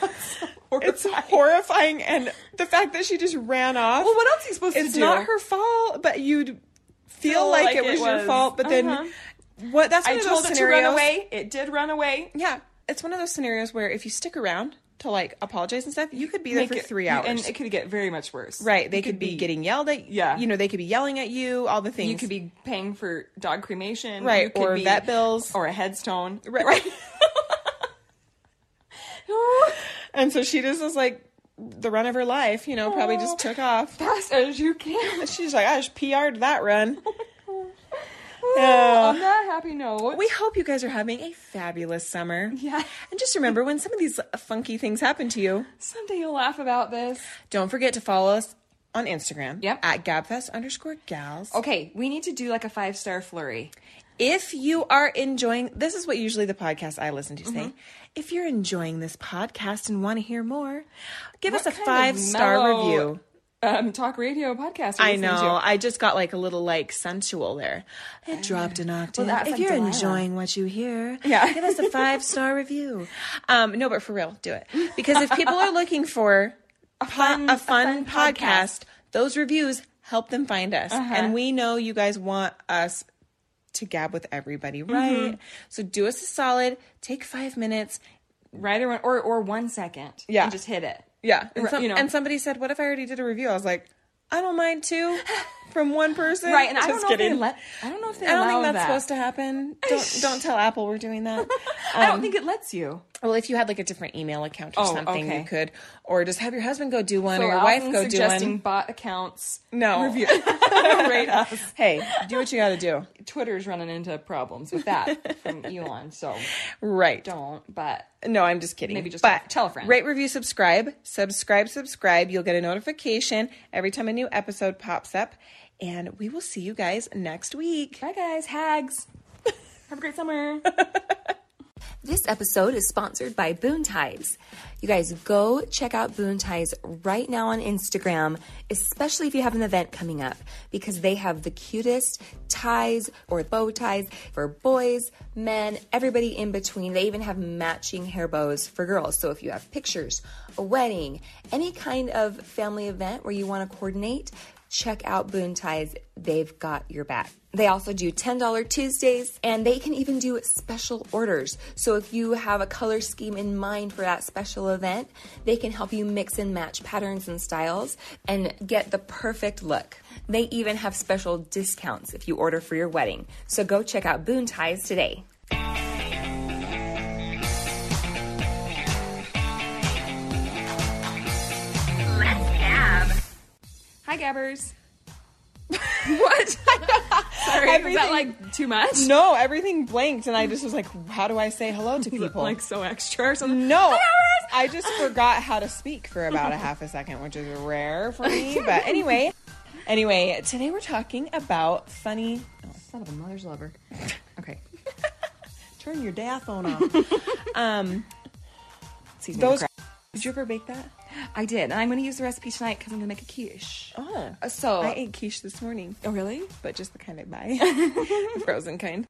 That's so
It's
horrifying.
horrifying, and the fact that she just ran off.
Well, what else are you supposed
it's
to do?
not her fault, but you'd feel,
Feel
like,
like
it
it
was, your
was.
fault. But
Uh-huh.
then, what? That's one
I
of
told
those
it to
scenarios.
run away. It did run away.
Yeah, it's one of those scenarios where if you stick around to like apologize and stuff, you could be there
Make
for
it-
three
you-
hours.
and it could get very much worse.
right? They
You
could, be, getting yelled at.
Yeah.
you know, they could be yelling at you. All the things.
You could be paying for dog cremation,
Right,
you could
or
be-
vet bills.
or a headstone,
right. right. and so she just was like the run of her life. You know, probably
Oh.
just took off.
Fast as you can.
She's like, I just PR'd that run.
On that happy note,
We hope you guys are having a fabulous summer.
yeah.
And just remember when some of these funky things happen to you,
Someday you'll laugh about this.
don't forget to follow us on Instagram
Yep.
at gabfest underscore gals.
Okay, we need to do like a five star flurry.
If you are enjoying, this is what usually the podcast I listen to say.
Mm-hmm.
If you're enjoying this podcast and want to hear more, give us
What
a
kind of
five star
mellow
review.
Um, talk radio podcast. are you
I
listening to?
know. I just got like a little like sensual there. It dropped an octave.
that's
if
like
you're
Delilah.
enjoying what you hear,
Yeah.
give us a five star review. Um, no, but for real, do it because if people are looking for a
fun-
a
a
fun,
fun Uh-huh.
podcast, those reviews help them find us, and we know you guys want us. To gab with everybody, right?
Mm-hmm.
So do us a solid. Take five minutes.
right or or, or one second.
Yeah.
and just hit it.
Yeah, and,
Right,
some-
you know.
and somebody said, "What if I already did a review?" I was like, "I don't mind two from one person."
Right, and I don't
Just
know if
kidding.
they let. I don't know if they
I don't
allow
think that's
that.
supposed to happen. Don't don't tell Apple we're doing that.
I
um,
don't think it lets you.
Well, if you had like a different email account or
Oh,
something,
okay.
you could, or just have your husband go do one,
So
or your
Alvin's
wife go do
suggesting
one.
bot accounts.
No.
review. rate us.
Hey, do what you got to do.
Twitter's running into problems with that from Elon, so
Right.
don't. But
No, I'm just kidding.
Maybe just
but
tell a friend.
Rate, review, subscribe, subscribe, subscribe. You'll get a notification every time a new episode pops up, and we will see you guys next week.
bye, guys, hags. Have a great summer.
This episode is sponsored by Boon Ties. You guys go check out Boon Ties right now on Instagram, especially if you have an event coming up, because they have the cutest ties or bow ties for boys, men, everybody in between. They even have matching hair bows for girls. So if you have pictures, a wedding, any kind of family event where you want to coordinate, check out Boon Ties. They've got your back. They also do $10 Tuesdays and they can even do special orders. So if you have a color scheme in mind for that special event, they can help you mix and match patterns and styles and get the perfect look. They even have special discounts if you order for your wedding. So go check out Boon Ties today.
Let's dab.
Hi, gabbers. what? Sorry, was that
Everything-
like too much?
No, everything blanked, and I just was like, "How do I say hello to people?"
like so extra or something.
No, I just forgot how to speak for about a half a second, which is rare for me. But anyway, anyway, today we're talking about funny.
Son of a mother's lover. Okay.
Turn your daphone off.
Excuse me,
Those.
crap.
Did you ever bake that?
I did, and I'm going to use the recipe tonight because I'm going to make a quiche.
Oh,
Uh, so
I ate quiche this morning,
oh really?
but just the kind I buy, the frozen kind.